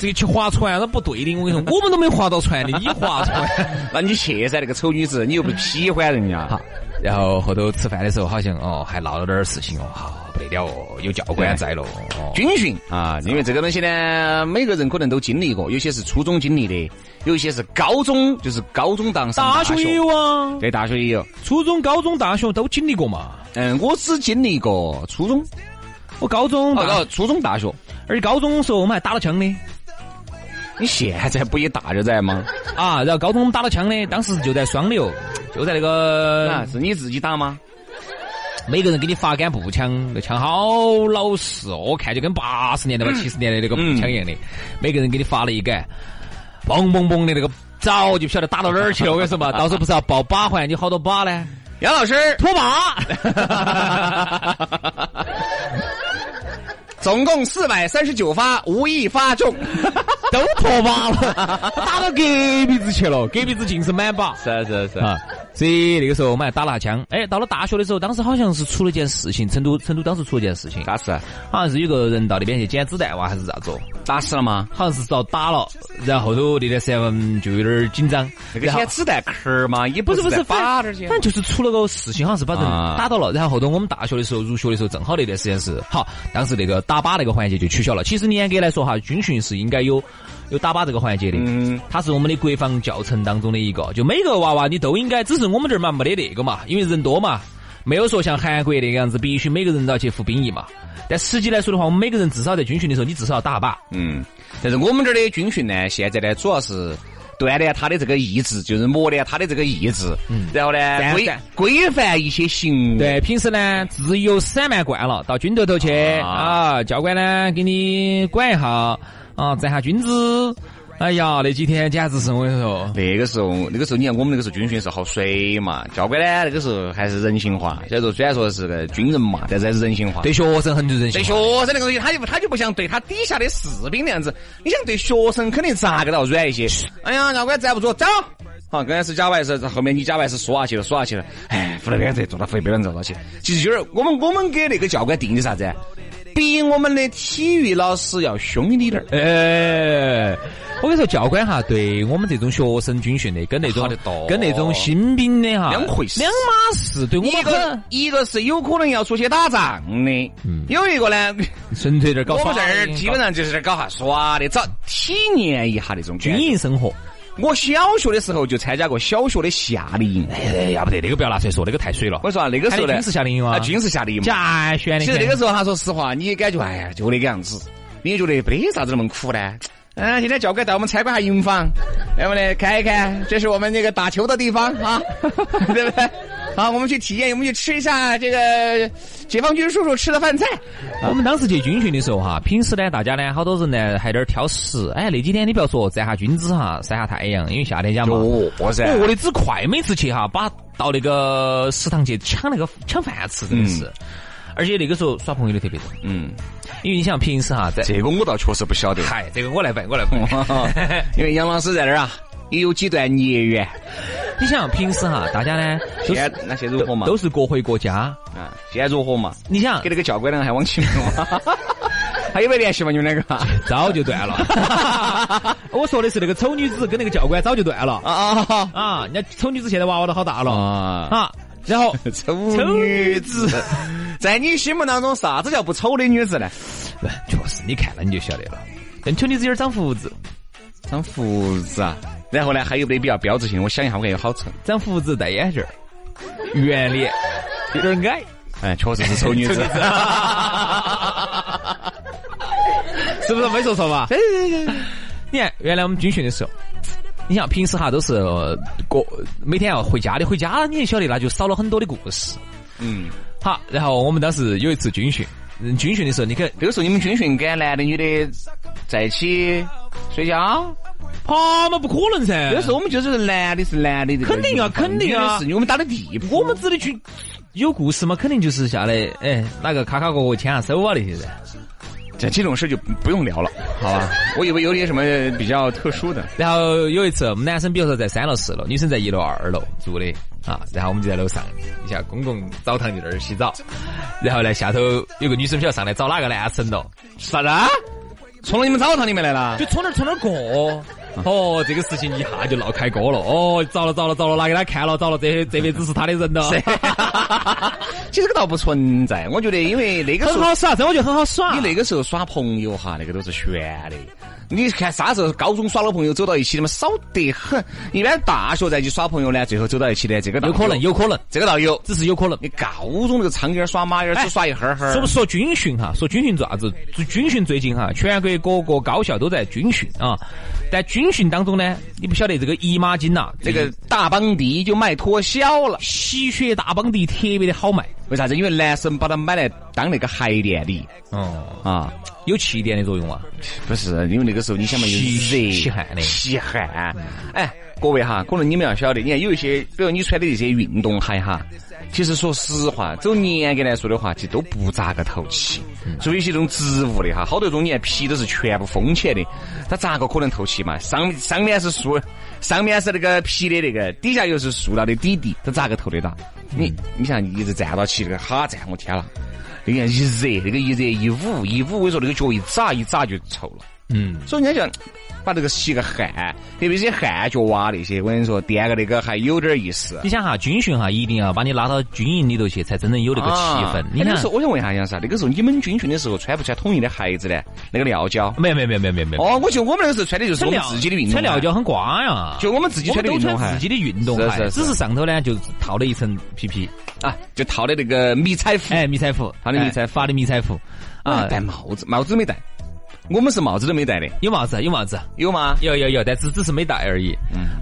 这个去划船，那不对的。我跟你 说，我们都没划到船的，你划船。那你去噻，那个丑女子，你又不喜欢人家。好，然后后头吃饭的时候，好像哦还闹了点儿事情哦，好不得了哦，有教官在喽。哦军训啊，因为这个东西呢，每个人可能都经历过，有些是初中经历的，有一些是高中，就是高中当上大学学也有啊，对，大学也有。初中、高中、大学都经历过嘛。嗯，我只经历过初中，我高中、哦，大，哦初中、大学。而高中的时候我们还打了枪的你现在不也大着在吗？啊，然后高中我们打了枪的，当时就在双流，就在那啊，个是你自己打吗？每个人给你发杆步枪，那枪好老实哦，看就跟八十年代吧、七十年代那个步枪一样的，每个人给你发了一杆，嘣嘣嘣的那个。早就不晓得打到哪儿去了，我跟你说嘛，到时候不是要报靶环，你好多靶呢？杨老师，拖靶。 总共四百三十九发，无一发中。 都破靶了，打到隔壁子去了，隔壁子尽是满靶。 是是是啊，所以那个时候我们还打了下枪。哎，到了大学的时候，当时好像是出了件事情，成都成都当时出了件事情，啥事？好像是有个人到那边去捡子弹哇，还是咋子哦？打死了吗？好像是遭打了，然后后头那段时间嗯就有点紧张。那个然后些子弹壳儿嘛，也不是是不是，发点反正去反。正就是出了个事情，好像是把人啊打到了。然后后头我们大学的时候，入学的时候，正好那段时间是好，当时那个打靶那个环节就取消了。其实你严格来说哈，军训是应该有有打靶这个环节的，嗯它是我们的国防教程当中的一个，就每个娃娃你都应该，只是我们这儿嘛没得那个嘛，因为人多嘛，没有说像韩国那个样子，必须每个人都要去服兵役嘛。但实际来说的话，我们每个人至少在军训的时候，你至少要打靶。嗯，但是我们这儿的军训呢，现在呢主要是锻炼他的这个意志，就是磨练他的这个意志，然后呢但规但规范一些行为。对，平时呢自由散漫惯了，到军头头去啊啊教官呢给你管一下啊，站下军姿。哎呀，那几天简直是我跟你说，那个时候，那个时候，你看我们那个时候军训是好水嘛，教官呢那个时候还是人性化，虽然说虽然说是个军人嘛，但是还是人性化。对学生很人对性学化。生那个东西，他就他就不像对他底下的士兵那样子。你想对学生肯定咋个都要软一些。哎呀，教官站不住，走。好，刚开始假白是后面你假白是耍啊下去了，耍下去了。哎，扶了边子坐到扶边子坐到起。其实就是我们我们给那个教官定的啥子？比我们的体育老师要凶一点儿。哎，我跟你说，教官哈，对我们这种学生军训的，跟那好种得多跟那种新兵的哈，两回事两码事。对我一们个很一个是有可能要出去打仗的，有一个呢，纯粹点儿嗯搞我耍们这儿的基本上就是搞下耍的，找体验一下那种搞军感觉。营生活。我小学的时候就参加过小学的夏令营，哎，要不得，那个不要拿出来说，那个太水了我。说啊那个时候呢，还有军事夏令营吗啊，军事夏令营嘛。假选的。其实那个时候，他说实话，你也感觉哎呀，就那个样子，你也觉得没得啥子那么苦呢。嗯、今天教官带我们参观下营房，要不呢看一看，这是我们那个打球的地方啊， 对不对？好，我们去体验，我们去吃一下这个解放军叔叔吃的饭菜。啊我们当时去军训的时候哈，平时呢，大家呢，好多人呢还有点挑食。哎，那几天你不要说沾下君子哈，晒下太阳，因为夏天家嘛，哦哦我噻饿的之快，每次去哈，把到那个食堂去抢那个抢饭吃，真的是。而且那个时候耍朋友的特别多，嗯，因为你想平时哈在，这个我倒确实不晓得嗨，这个我来背，我来背。 因为杨老师在那儿啊，也有几段孽缘。你想平时哈，大家呢都现是在那现在如何嘛？都是各回各家，啊，现在如何嘛？你想给那个教官两个还往起弄， 还有没有联系嘛？你们两个？早 就断了。我说的是那个丑女子跟那个教官早就断了啊啊啊，人家丑女子现在娃娃都好大了啊！啊，然后。 丑女子，在你心目当中，啥子叫不丑的女子呢？哎确实，你看了你就晓得了。但丑女子有点长胡子，长胡子啊，然后呢，还有没得比较标志性？我想一下，我感觉好丑。长胡子戴眼镜儿，圆脸，有点矮。 哎，确实是 丑女子。是不是没说错哎吧？你看，原来我们军训的时候，你想平时哈都是呃过每天要回家的，回家你也晓得，那就少了很多的故事。嗯，好，然后我们当时有一次军训，嗯军训的时候，你看这个时候你们军训该男的女的在一起睡觉。他们不可能噻，有时候我们就是男的是男的，这个肯定啊肯定啊女的是我们打的地铺。我们指的去有故事嘛，肯定就是下来，哎，哪个卡卡角角牵下手啊那些噻。这这种事就不用聊了，好吧？ 我以为有点什么比较特殊的。然后有一次，我们男生比如说在三楼、四楼，女生在一楼、二楼住的啊，然后我们就在楼上一下公共澡堂就在那儿洗澡，然后呢下头有个女生不晓得上来找哪个男生了，啥子？冲到你们澡堂里面来了？就冲那儿冲那儿过，嗯哦，这个事情一下就闹开锅了，哦，糟了糟了糟了，拿给他看了，糟了，这这辈子是他的人了， 其实这个倒不存在，我觉得因为那个时 很候好啊耍，这我觉得很好耍。你那个时候耍朋友哈，那个都是悬的。你看啥时候高中耍老朋友走到一起的嘛，少得很。一般大学再去耍朋友呢，最后走到一起的这个倒有可能，有可能，这个倒有。只是有可能。你高中那个苍蝇儿耍马儿只耍一会儿会儿哎说不，说军训哈？说军训做啥子？做军训最近哈，全国各个高校都在军训啊。但军训当中呢，你不晓得这个姨妈巾呐、这个大邦迪就卖脱销了。吸血大邦迪特别的好卖。为啥子？因为男生把它买来当那个鞋垫的哦，啊，有气垫的作用啊。不是因为那个时候你想嘛，又吸热，吸汗的吸汗。哎，各位哈，可能你们要晓得，你看有一些，比如你穿的这些运动鞋哈，其实说实话，走严格来说的话，其实都不咋个透气。所以有些这种植物的哈，好多种你看皮都是全部封起来的，它咋个可能透气嘛？上上面是塑，上面是那个皮的那个，底下又是塑料的底底，它咋个透得到？你你像你一直站到起那个哈站，我天啦！你看一热，那个一热一捂一捂，我说那个脚一扎一扎就臭了。嗯，所以人家讲，把这个吸个汗，特别是汗脚啊那些，我跟你说，垫个那个还有点意思。你想哈，军训哈，一定要把你拉到军营里头去，才真正有那个气氛。啊你哎那看个时，候我想问一下杨啥？那个时候你们军训的时候穿不穿统一的鞋子呢？那个料胶？没有没有没有没有没有没有。哦，我觉得我们那个时候穿的就是嗯穿我们料自己的运动穿料鞋胶很瓜呀。就我们自己我穿们的运都动穿自鞋己的运动是啊鞋，是是只是上头呢就套了一层皮 皮，啊，就套的那个迷彩服，哎，迷彩服，他的迷彩哎发的迷彩服啊，啊，戴帽子，帽子没戴。我们是帽子都没戴的，有帽子有帽子，有吗？有有有，但只只是嗯没戴而已。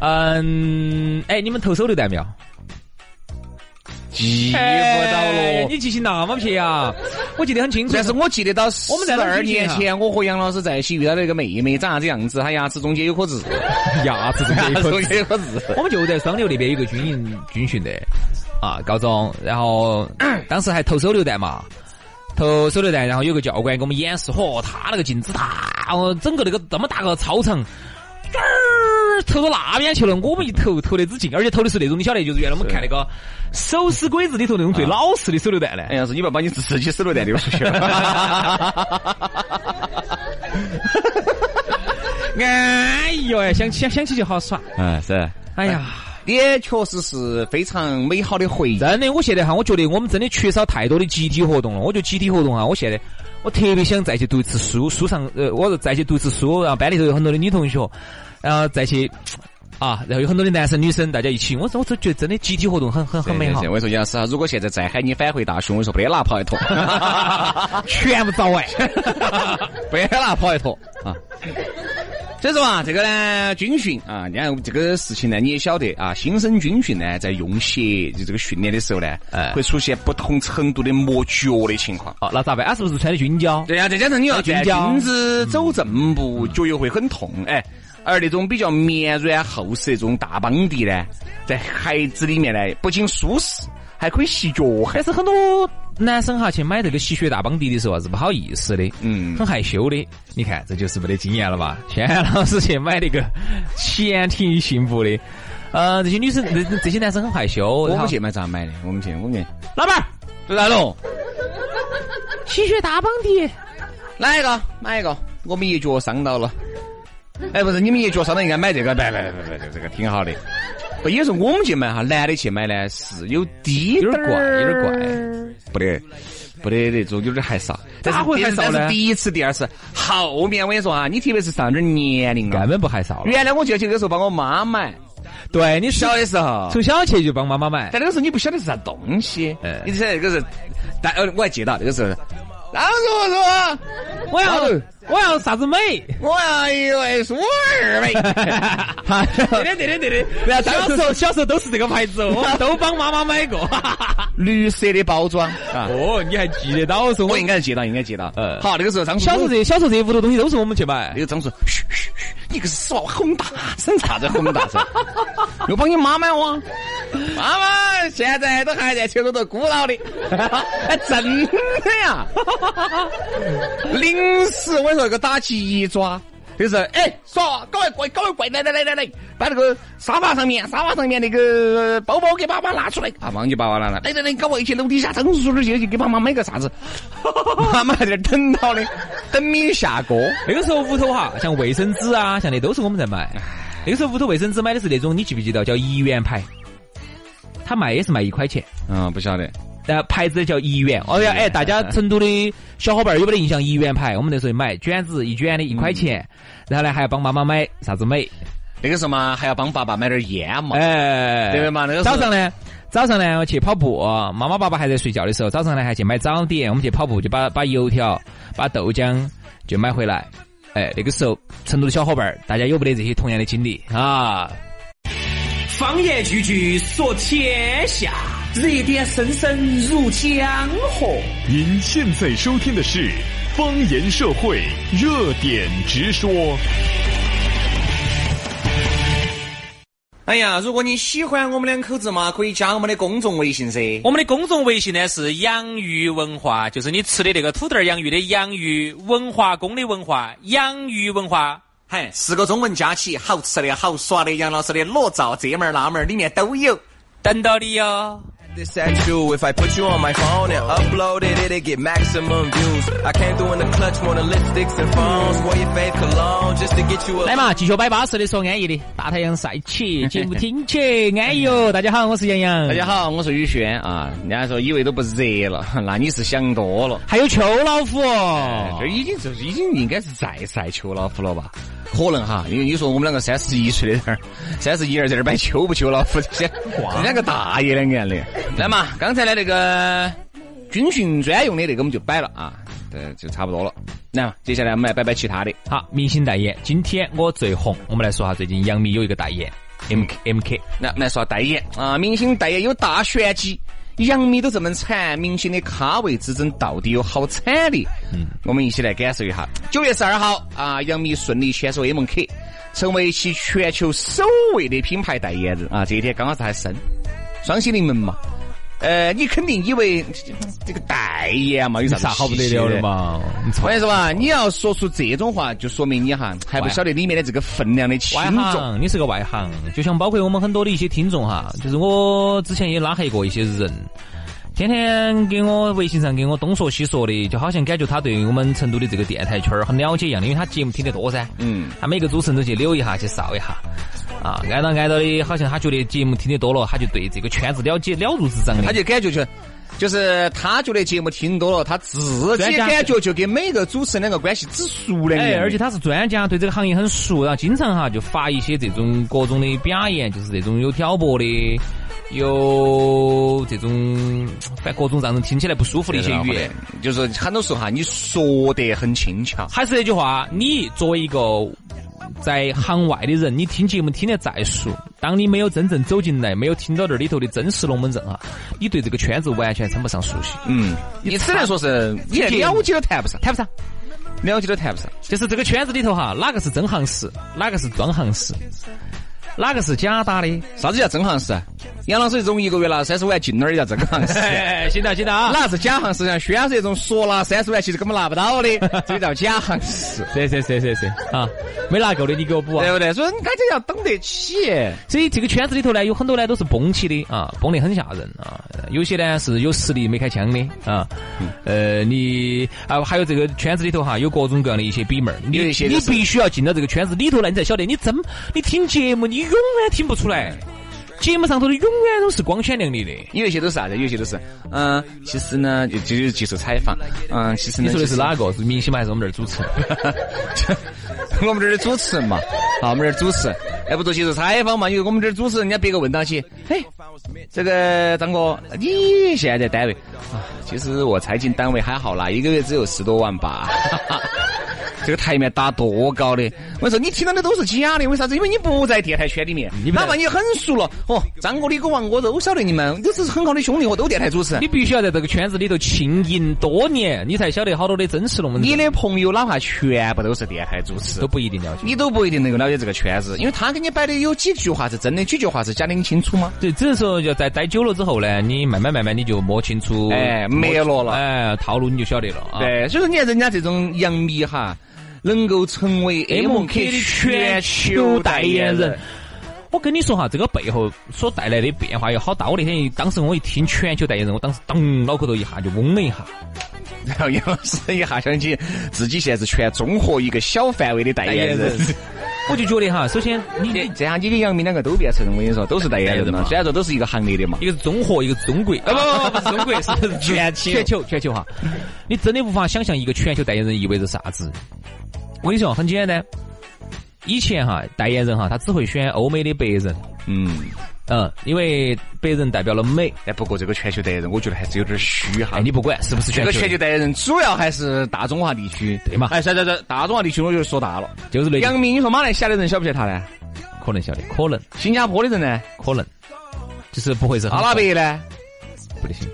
嗯，哎，你们投手榴弹没有？记不到哎了。你记性那么撇啊？我记得很清楚。但是我记得到我十们在哪儿二听年啊前，我和杨老师在一起遇到了一个妹妹，长啥子样子？她牙齿中间有颗痣，牙齿中牙间齿一颗中间有颗痣。我们就在双流那边有个军营军训的啊，高中，然后当时还投手榴弹嘛，投手榴弹，然后有个教官给我们演示，嚯，他那个镜子大，哦，整个那个这么大个操场，这儿投到那边去了，我们一投投得之近，而且投的是那种你晓得，就是原来我们看那个手撕鬼子里头那种最老式的手榴弹呢。哎呀，是你爸把你自己手榴弹丢出去了。哎呦哎，想起想想起就好爽，嗯，是， 哎呀。也确实是非常美好的回忆。真的，我现在哈，我觉得我们真的缺少太多的集体活动了。我觉得集体活动哈，我现在我特别想再去读一次书，书上呃，我再去读一次书，然后班里头有很多的女同学，然后再去啊，然后有很多的男生女生大家一起，我我就觉得真的集体活动很很很美好对对对，我跟你说，杨老师啊，如果现在再喊你返回大学，我跟你说不得拿跑一坨， 全部早哎。不得拿跑一坨啊。所以说啊，这个呢，军训啊，你看这个事情呢，你也晓得啊，新生军训呢，在用鞋就这个训练的时候呢，哎会出现不同程度的磨脚的情况。哦，那咋办？啊，是不是穿的军胶？对呀、再加上你要站站军姿走正步，脚又会很痛，哎。而那种比较绵软厚实的这种大邦迪呢，在鞋子里面呢，不仅舒适，还可以吸脚汗但。是很多男生哈去买这个吸血大邦迪的时候啊，是不好意思的，嗯很害羞的。你看，这就是没得经验了吧？轩老师去买那个 潜艇幸福的，呃，这些女生这这些男生很害羞。我然后们去买咋买的？我们去，我们去。老板儿，周大龙，吸血大邦迪，来一个，买一个。我们一脚伤到了。哎，不是，你们一脚伤到应该买这个，不不不不不，这个挺好的。不，也是我们去买哈，男的去买呢是有滴有点点怪，儿有点怪。不得不得那种有点害臊。但是咋会害臊呢但是第一次、第二次，后面我跟你说啊，你特别是上点儿年龄根了。本不害臊了。原来我舅舅有时候帮我妈买，对，你小的时候，从小去就帮妈妈买，但那个时候你不晓得是啥东西哎，你只晓得那个是，但呃我还记到那个时候，当时我说我要我要啥子美？我要一位苏二妹， 对的对的对的，然后小当时时候小时候都是这个牌子，哦我们都帮妈妈买 过。绿色的包装啊，哦，你还记得到？说我应该是记到，应该记到嗯。好，那个时候张叔小时候这小时候这些屋头东西都是我们去买那。个张叔，嘘嘘嘘，你可是说话很大声，啥子很 大声？又帮你妈买哇？妈妈现在都还在球头头鼓捣的， 哎，真的呀！ 临时我跟你说，那个打鸡爪。就是哎，耍搞一怪，搞一怪，来来来来来，把那个沙发上面沙发上面那个呃包包给爸爸拿出来，啊，帮你爸爸拿来，来来来，跟我一起楼底下张叔叔去去给妈妈买个啥 子，妈妈还在等到的，等你下锅。那个时候屋头哈，像卫生纸啊，像那都是我们在买。那个时候屋头卫生纸买的是那种，你记不记得叫一元牌？他卖也是卖一块钱，嗯，不晓得。但牌子叫一元。哦呀，哎，大家成都的小伙伴有没得印象？一元牌，我们那时候买卷子一卷的一块钱，然后呢还要帮妈妈买啥子美？那个时候嘛，还要帮爸爸买点烟嘛。哎，对嘛那个时候早上呢，早上呢我去跑步，妈妈爸爸还在睡觉的时候，早上呢还去买早点，我们去跑步就把把油条、把豆浆就买回来。哎，那个时候成都的小伙伴儿，大家有没得这些同样的经历啊？方言句句说天下，热点声声入江河。您现在收听的是方言社会热点直说，哎呀，如果你喜欢我们两口子嘛，可以加我们的公众微信噻。我们的公众微信呢是“养鱼文化”，就是你吃的那个土豆儿洋芋的洋芋，文化宫的文化，养鱼文化。嘿，四个中文加起，好吃的好耍的，杨老师的裸照这门儿那门儿里面都有。等到你哟、 This at you. If I put you on my phone and upload it, it'll get maximum views. I came through in the clutch more than lipsticks and phones. Wore your fave cologne just to get you a 来嘛，继续摆巴适的，说安逸的，大太阳晒起，节目听起，安逸 哟！哎大家好，我是杨洋，大家好，我是宇轩啊。人家说以为都不热了， 那你是想多了。还有邱老虎哎哦这。已经是已经应该是再晒秋老虎了吧？可能哈，因为你说我们两个三十一岁的人儿，三十一二在这儿摆秋不秋老虎，这些 这两个大爷两个人的。来嘛，刚才的那个军训专用的那个我们就摆了啊，这就差不多了。那接下来我们来摆摆其他的。好，明星代言，今天我最红，我们来说下最近杨幂有一个代言，M K M K，那我们来说代言啊，明星代言有大玄机，杨幂都这么惨，明星的咖位之争到底有好惨烈？嗯，我们一起来感受一下。九月十二号啊，杨幂顺利签收 M K，成为其全球首位的品牌代言人啊！这一天刚好是她生，双喜临门嘛。呃，你肯定以为这这个代言嘛有啥啥好不得了的？嘛？你操我跟你说吧，你要说出这种话，就说明你哈还不晓得里面的这个分量的轻外重。行，你是个外行，就像包括我们很多的一些听众哈，就是我之前也拉黑过一些人，天天给我微信上给我东说西说的，就好像感觉他对我们成都的这个电台圈儿很了解一样的，因为他节目听得多噻，嗯，他每个主持人都去溜一下，去扫一下，啊，挨到挨到的，好像他觉得节目听得多了，他就对这个圈子了解了如指掌的，他就感觉就。就是他觉得节目听多了，他自己感觉就跟每个主持人两个关系只熟了一哎，样。而且他是专家，对这个行业很熟，然后经常哈就发一些这种各种的表演，就是这种有挑拨的，有这种反正各种让人听起来不舒服的一些语言。就是很多时候哈，你说得很轻巧，还是那句话，你作为一个在行外的人，你听节目听得再熟，当你没有真正走进来，没有听到这里头的真实龙门阵啊，你对这个圈子完全称不上熟悉，嗯，你只能说是你连了解都谈不上，谈不上。了解都谈不上。就是这个圈子里头哈，哪个是真行市，哪个是装行市，哪个是假打的。啥子叫真行市啊？杨老师这种一个月拿三十万进哪儿叫真行市？哎，行了行了啊， 哪是假行市？像轩儿这种说拿三十万其实根本拿不到的，这个叫假行市，是是是是是啊，没拿够的你给我补啊 对。不对？所以人家就要等得起。所以这个圈子里头呢，有很多呢都是崩起的啊，嗯崩得很吓人啊。有些呢是有实力没开枪的嗯啊，呃，你啊还有这个圈子里头哈，有各种各样的一些比门儿，你有一些你就是必须要进到这个圈子里头来，你才晓得你真你听节目你永远听不出来，节目上头的永远都是光鲜亮丽的。有一些都是啥子？有一些都是，嗯、其实呢，就就是接受采访，嗯、其实呢，你说的其是实哪个？是明星吗？还是我们这儿主持人？ 我们这儿的主持人嘛，啊，我们这儿主持，哎，不做接受采访嘛，因为我们这儿主持，人家别个问到起，嘿，这个张哥，你现在在单位啊？其实我才进单位还好啦，一个月只有十多万吧。 这个台面打多高的？我说你听到的都是假的，为啥子？因为你不在电台圈里面，哪怕你很熟了，哦，张哥、李哥、王哥都晓得你们，都是很好的兄弟伙，都电台主持人你。必须要在这个圈子里头浸淫多年，你才晓得好多的真实龙门阵。你的朋友哪怕全部都是电台主持都，不一定了解。你都不一定能够了解这个圈子，因为他给你摆的有几句话是真的，几句话是假的，你清楚吗？对，只是说要在待久了之后呢，你慢慢慢慢你就摸清楚，哎摸没落了哎，套路你就晓得了啊。对，所以说你看人家这种杨幂哈，能够成为 M K 的 MK 的全全球球代代言言人人。我跟你说哈，这个背后所带来的变化有好大。我那天当时我一听全球代言人，我当时当脑壳头一下就嗡了一下。然后杨老师一下想起自己现在是全中国一个小范围的代言人。 我就觉得哈，首先你这你这下你跟杨幂两个都变成，我跟你说，都是代言人代言人了。嘛虽然说都是一个行业的嘛，一个是中国，一个是中国，啊 不不不不是中国，是全球全球全球哈，你真的无法想象一个全球代言人意味着啥子。我跟你说，很简单，以前哈代言人哈，他只会选欧美的白人，嗯。嗯，因为白人代表了美。哎，不过这个全球代言人，我觉得还是有点虚哈哎，。你不管是不这是全个球，全球代言人主要还是大中华地区，对嘛哎，算算算，大中华地区我觉得说大了。就是那杨个幂，你说马来西亚的人晓不晓得她呢？可能晓得，可能新加坡的人呢？可能，就是不会是很阿拉伯呢？不得行。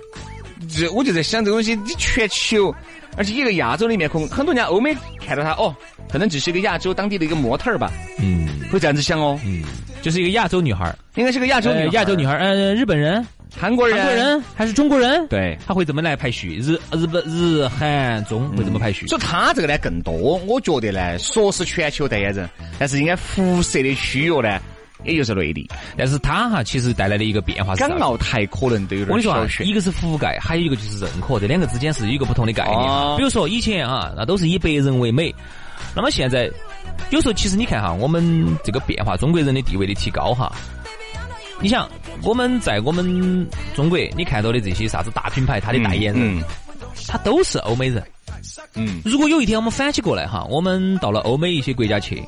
这我就在想这个东西，你全球，而且一个亚洲的面孔，很多人家欧美看到他哦，可能只是一个亚洲当地的一个模特儿吧，嗯会这样子想哦，嗯，就是一个亚洲女孩儿，应该是个亚洲女孩、呃亚洲女孩儿，呃，日本人、韩国人、韩国人还是中国人？对。他会怎么来排序？日日本日韩中会怎么排序？所以他这个呢更多，我觉得呢，说是全球代言人，但是应该辐射的区域呢，也就是内地、但是他哈其实带来的一个变化是啥港子？澳台可能都有我跟点你说啊小，悬一。个是覆盖，还有一个就是认可，这两个之间是有一个不同的概念。哦比如说以前啊，那都是以白人为美，那么现在有时候其实你看哈，我们这个变化，中国人的地位的提高哈。你想，我们在我们中国，你看到的这些啥子大品牌，它的代言人，嗯他都是欧美人。嗯，如果有一天我们反起过来哈，我们到了欧美一些国家去，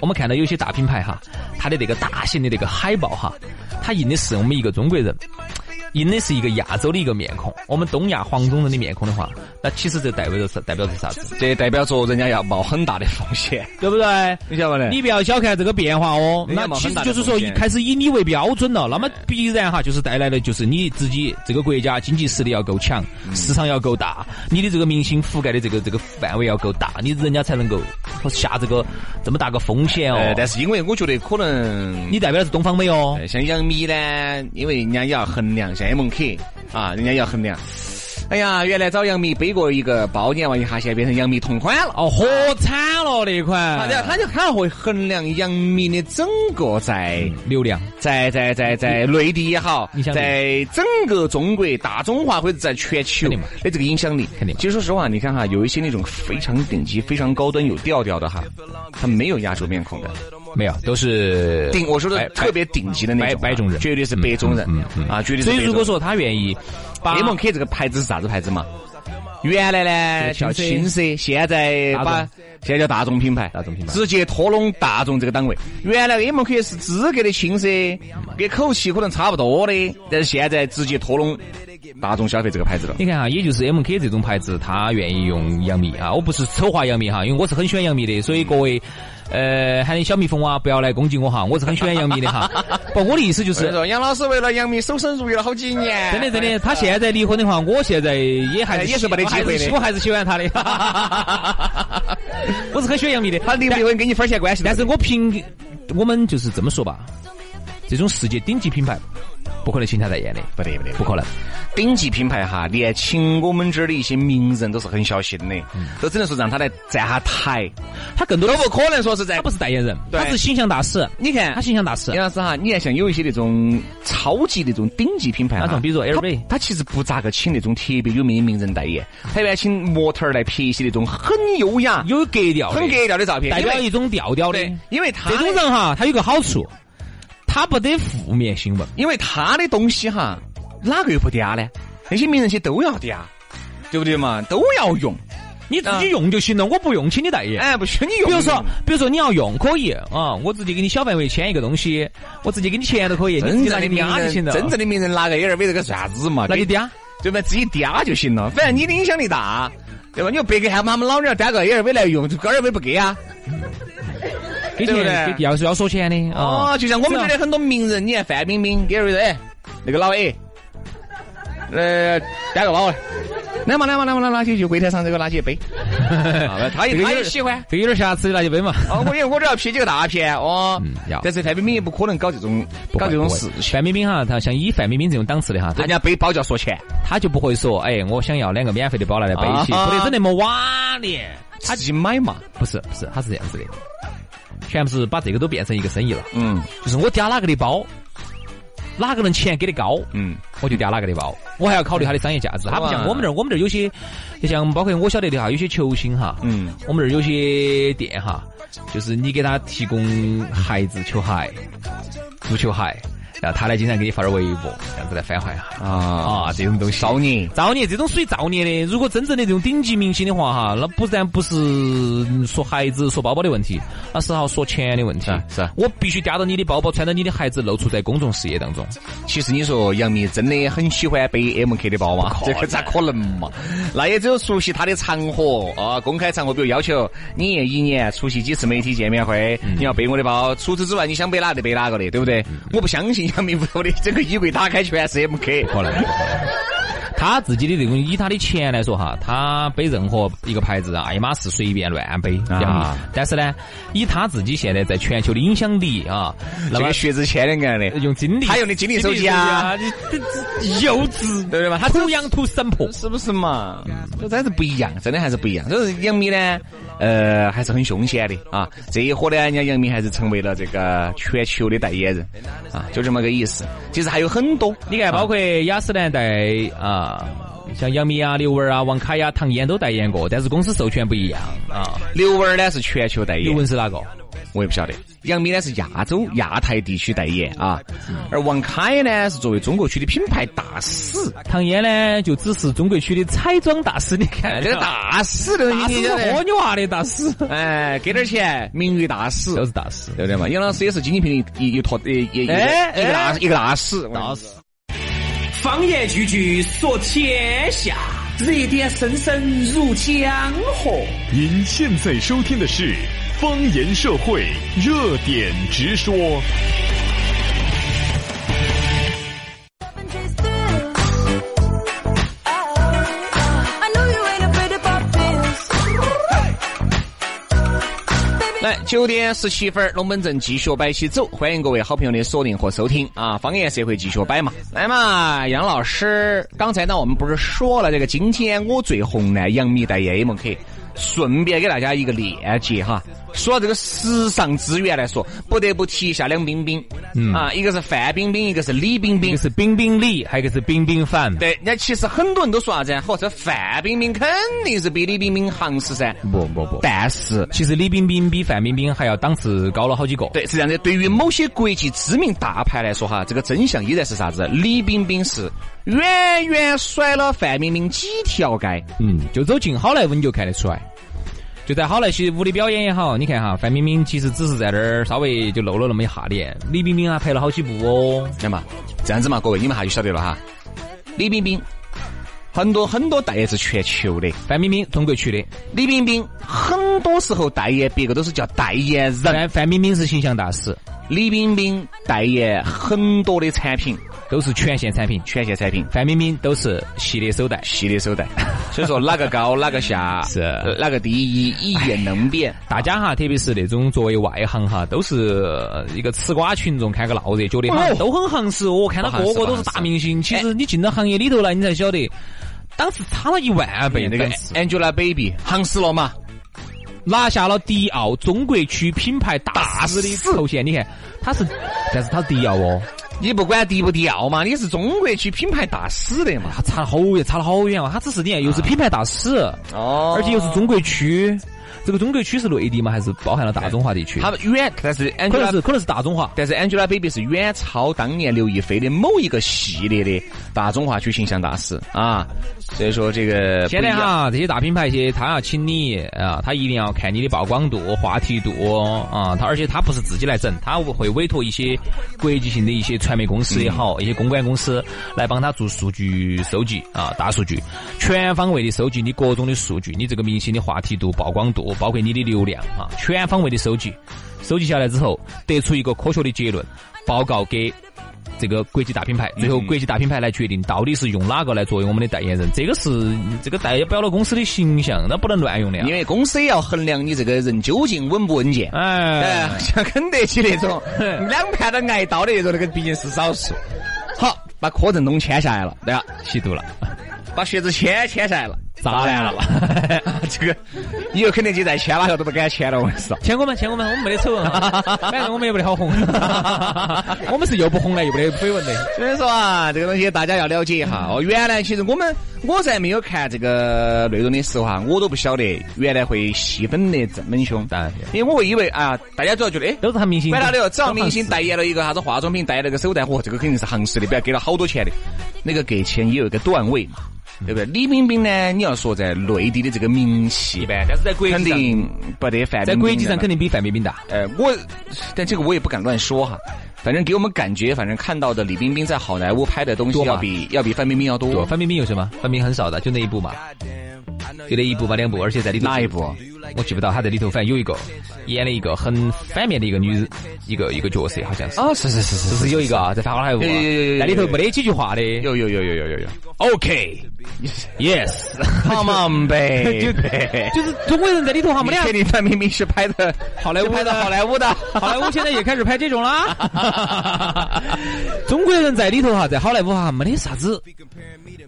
我们看到有些大品牌哈，它的这个大型的这个海报哈，它印的是我们一个中国人。印的是一个亚洲的一个面孔，我们东亚黄种人的面孔的话，那其实这代表着啥？代表着啥子？这代表着人家要冒很大的风险，对不对？你晓得不呢？ 你不要小看这个变化哦，人那家嘛其很实大的就是说贡一献开始以你为标准了，那么必然哈，就是带来的就是你自己这个国家经济实力要够强，嗯市场要够大，你的这个明星覆盖的这个这个范围要够大，你人家才能够下这个这么大个风险哦呃，。但是因为我觉得可能你代表的是东方美哦，呃像杨幂呢，因为人家也要衡量，像 M K 啊，人家也要衡量。哎呀，原来找杨幂背过一个包年娃一下，现在变成杨幂同款了。哦，火惨了那啊，款然后他就他会衡量杨幂的整个在。流量。在在在在内地也好影，响力在整个中国大中华或者在全球肯定嘛的这个影响力，肯定嘛其实说实话，你看哈，有一些那种非常顶级、非常高端、有调调的哈，他没有亚洲面孔的。没有，都是哎顶，我说白的特别顶级的那种啊，白白种人绝对是白种人嗯嗯嗯啊，绝对是所白种人。以如果说他愿意把 M K 这个牌子是啥子牌子嘛？原来呢这叫个青青奢，现在大众把现在叫大众品牌，大众品牌直接拖拢大众这个档位。原来 M K 是资格的青奢，跟口气可能差不多的，但是现在直接拖拢大众消费这个牌子了。你看哈，也就是 M K 这种牌子，他愿意用杨幂啊。我不是丑化杨幂哈，因为我是很喜欢杨幂的，所以各位，呃，喊你小蜜蜂啊，不要来攻击我哈，我是很喜欢杨幂 的哈。不，我的意思就所是以，说，杨老师为了杨幂守身如玉了好几年，真的真的，他现在离婚的话，我现在也还哎是也是没得机会的我还是喜欢他的， 我是很喜欢杨幂的。他离不离婚跟你分儿钱关系都但没有？是我凭我们就是这么说吧，这种世界顶级品牌不可能请他代言的，不得不得不可能。顶级品牌哈，连请我们这儿的一些名人都是很小心的，都只能说让他来站下台，他更多都的不可能说是在他不是代言人，对他是形象大使，你看他，形象大使杨。老师哈，你看像有一些那种超级那种顶级品牌哈，哪种比如说 LV 他其实不咋个请那种特别有名的名人代言，他一般请模特儿来拍一些那种很优雅、有格调的，很格调的照片，代表因为一种调调的。对，因为他这种人哈，他有个好处，他不得负面新闻。因为他的东西哈，哪个又不嗲呢？那些名人些都要嗲，对不对嘛？都要用，你自己用就行了，我不用，请你代言。哎，不许你用。比如说，比如说你要用可以啊，我直接给你小范围签一个东西，我直接给你钱都可以，你真直正接拿的去名嗲就人，行了。真正的名人拿个 LV 这个算啥子嘛？那给就嗲，对吧？自己嗲就行了，反正你的影响力大，对吧？你说别给他们他们老娘嗲个 LV 来用，这个 LV 不给啊？给对不对钱给要是要说钱的啊哦，。就像我们这儿的很多名人，你看范冰冰给 LV 哎，那个老 A，呃，嗲个包，来嘛来嘛来嘛来嘛拿起去柜台上这个拿起一杯，啊他也这个他有也点喜欢。这个有点瑕疵的，那就背嘛。哦，我因为我这要批几个大片哦，嗯要但是范冰冰也不可能搞这种不会搞这种不会事情，范冰冰哈，她像以范冰冰这种档次的哈，她人家背包就要说钱，她就不会说，哎，我想要两个免费的包拿来背起，啊不得整那么瓦的。他自己买嘛，不是不是，他是这样子的，全部是把这个都变成一个生意了，嗯就是我嗲哪个的包，哪个人钱给的高，嗯。我就嗲哪个的包，我还要考虑它的商业价值。它不像我们这儿，我们这儿有些，就像包括我晓得的哈，有些球星哈，嗯，我们这儿有些店哈，就是你给他提供鞋子、球鞋、足球鞋，然后他呢经常给你发点微博，这样子来翻坏哈。啊啊，这种东西造孽造孽，这种属于造孽的。如果真正的这种顶级明星的话，哈，那不然不是说孩子、说包包的问题，而是好说钱的问题是啊。是啊我必须夹到你的包包，穿到你的鞋子，露出在公众视野当中。其实你说杨幂真的很喜欢背 M K 的包吗？这个咋可能嘛？那也只有熟悉她的场合啊，公开场合，比如要求你一年出席几次媒体见面会，嗯你要背我的包。除此之外，你想背哪个就背哪个的，对不对？我不相信杨幂屋头的整个衣柜打开全是 M K，可能。他自己的这种，以他的钱来说哈，他背任何一个牌子啊，爱马仕随便乱背，啊杨幂。但是呢，以他自己现在在全球的影响力啊，这那么个薛之谦两个人的。用精力，他用的精力手机啊精力手机啊，你这这幼稚，对不对嘛？他土洋土生婆。是不是嘛？这真是不一样，真的还是不一样。所以说杨幂呢，呃，还是很凶险的啊。这一伙呢，人家杨幂还是成为了这个全球的代言人啊，就这么个意思。其实还有很多，你看，包括雅诗兰黛啊，像杨幂啊、刘雯啊、王凯呀、唐嫣都代言过，但是公司授权不一样啊。刘雯儿呢是全球代刘言，雯是哪个？我也不晓得。杨幂呢是亚洲亚太地区代言啊，而王凯呢是作为中国区的品牌大使。唐嫣呢，就只是中国区的彩妆大师，你 看哎这个大使的，大你师晓是得豁女娃的大 师，哎，给点钱，名誉大使，都是大师。对不对嘛？杨老师也是经济频率一一坨一一一个哎一个大哎一个大使，大师。方言句句说天下，热点声声入江河。您现在收听的是方言社会热点直说， Up and chase through. Oh, I know you ain't afraid to pop pills. 来，九点十七分，龙门阵继续摆起走，欢迎各位好朋友的锁定和收听啊！方言社会继续摆嘛，来嘛，杨老师，刚才呢我们不是说了这个今天我最红呢，杨幂代言 A 梦客，顺便给大家一个链接哈。说到这个时尚资源来说，不得不提一下两冰冰，嗯啊，一个是范冰冰，一个是李冰一冰个。是冰冰丽，还有一个是冰冰范。对，人家其实很多人都说啥子，嚯，这范冰冰肯定是比李冰冰行势噻。不不不，但是其实李冰冰比范冰冰还要档次高了好几个。对，是这样的。对于某些国际知名大牌来说，哈，这个真相依然是啥子？李冰冰是远远甩了范冰冰几条街。嗯，就走进好莱坞你就看得出来。就在好莱坞的表演也好，你看哈，范冰冰其实只是在那儿稍微就露了那么一下脸，李冰冰啊拍了好几部哦。那嘛，这样子嘛，各位你们哈就晓得了哈。李冰冰很多很多代言是全球的，范冰冰中国区的，李冰冰很多时候代言别个都是叫代言人，范范冰冰是形象大使，李冰冰代言很多的产品，都是全线产品，全线产品。范冰冰都是系列手袋。系列手袋， 所以说哪个高哪个下，是哪个第一，一眼能辨。大家哈，特别是那种作为外行哈，都是呃一个吃瓜群众，看个闹热，觉得哈、哦都很行势哦，看到不行个势个都是不行势大明星。其实你进到行业里头来，你才晓得，当时差了一万倍被那那个个档次 Angelababy 行死了嘛？拿下了迪奥中国区品牌大使的头衔。你看，他是，但是他是迪奥哦，你不管低不低傲嘛，你是中国区品牌大使的嘛？他差了好远，差了好远哦。他只是你看，又是品牌大使，啊哦而且又是中国区。这个中国区是内地吗？还是包含了大中华地区？他们远，但是可能 Angela，是可能是大中华。但是 Angelababy 是远超当年刘亦菲的某一个系列的大中华区形象大使啊。所以说这个现在不一样，哈，这些大品牌些，他要请你啊，他一定要看你的曝光度、话题度啊。他而且他不是自己来整，他会委托一些国际性的一些传媒公司也好，一些公关公司来帮他做数据收集啊，大数据，全方位的收集你各种的数据，你这个明星的话题度、曝光度，包括你的流量啊，全方位的收集。收集下来之后，得出一个科学的结论，报告给这个国际大品牌，嗯最后国际大品牌来决定到底是用哪个来作为我们的代言人。这个是这个代表了公司的形象，那不能乱用的呀因。为公司也要衡量你这个人究竟稳不稳健。哎，哎，像肯德基那种两盘都挨刀的那种，那个毕竟是少数。好，把柯震东签下来了，对吧？吸毒了，把薛之谦签下来了，砸烂 了。这个以后肯德基再签哪个都不敢签了，我跟你说。签我们，签我们，我们没得丑闻 啊，反正我们也不得好红。我们是又不红了，又不得绯闻的。所以说啊，这个东西大家要了解一下。哦，原来其实我们我在没有看这个内容的时候哈，我都不晓得原来会细分的这么凶。当然因为我会以为啊，大家主要觉得哎。都是他明星，管他的，只要都是明星代言了一个啥子化妆品，代言了个手袋，嚯，这个肯定是行市的，不要给了好多钱的。那个给钱也有一个段位嘛，对不嗯对？李冰冰呢，你要说在内地的这个名气，一般，但是在国际肯上，定不得范在冰冰国际上那么肯定比范冰冰大。呃，我但这个我也不敢乱说哈。反正给我们感觉，反正看到的李冰冰在好莱坞拍的东西多吗要比要比范冰冰要对多。范冰冰有什么？范冰冰很少的，就那一部嘛，就那一部吧，两部，而且在里头哪一部？我记不到，她在里头反正有一个演了一个很反面的一个女人，一个一个角色，好像是。啊，是是是是是不是有一个啊在《法华莱坞》有有有有有啊，在里头没得几句话的。有有有有有有有 Yes， ，Come on 呗， 就 就是中国人在里头哈我没们得啥确定范冰冰是拍的好莱坞的拍的好莱坞的， 好莱坞现在也开始拍这种啦。 中国人在里头哈，在好莱坞哈，没得啥子，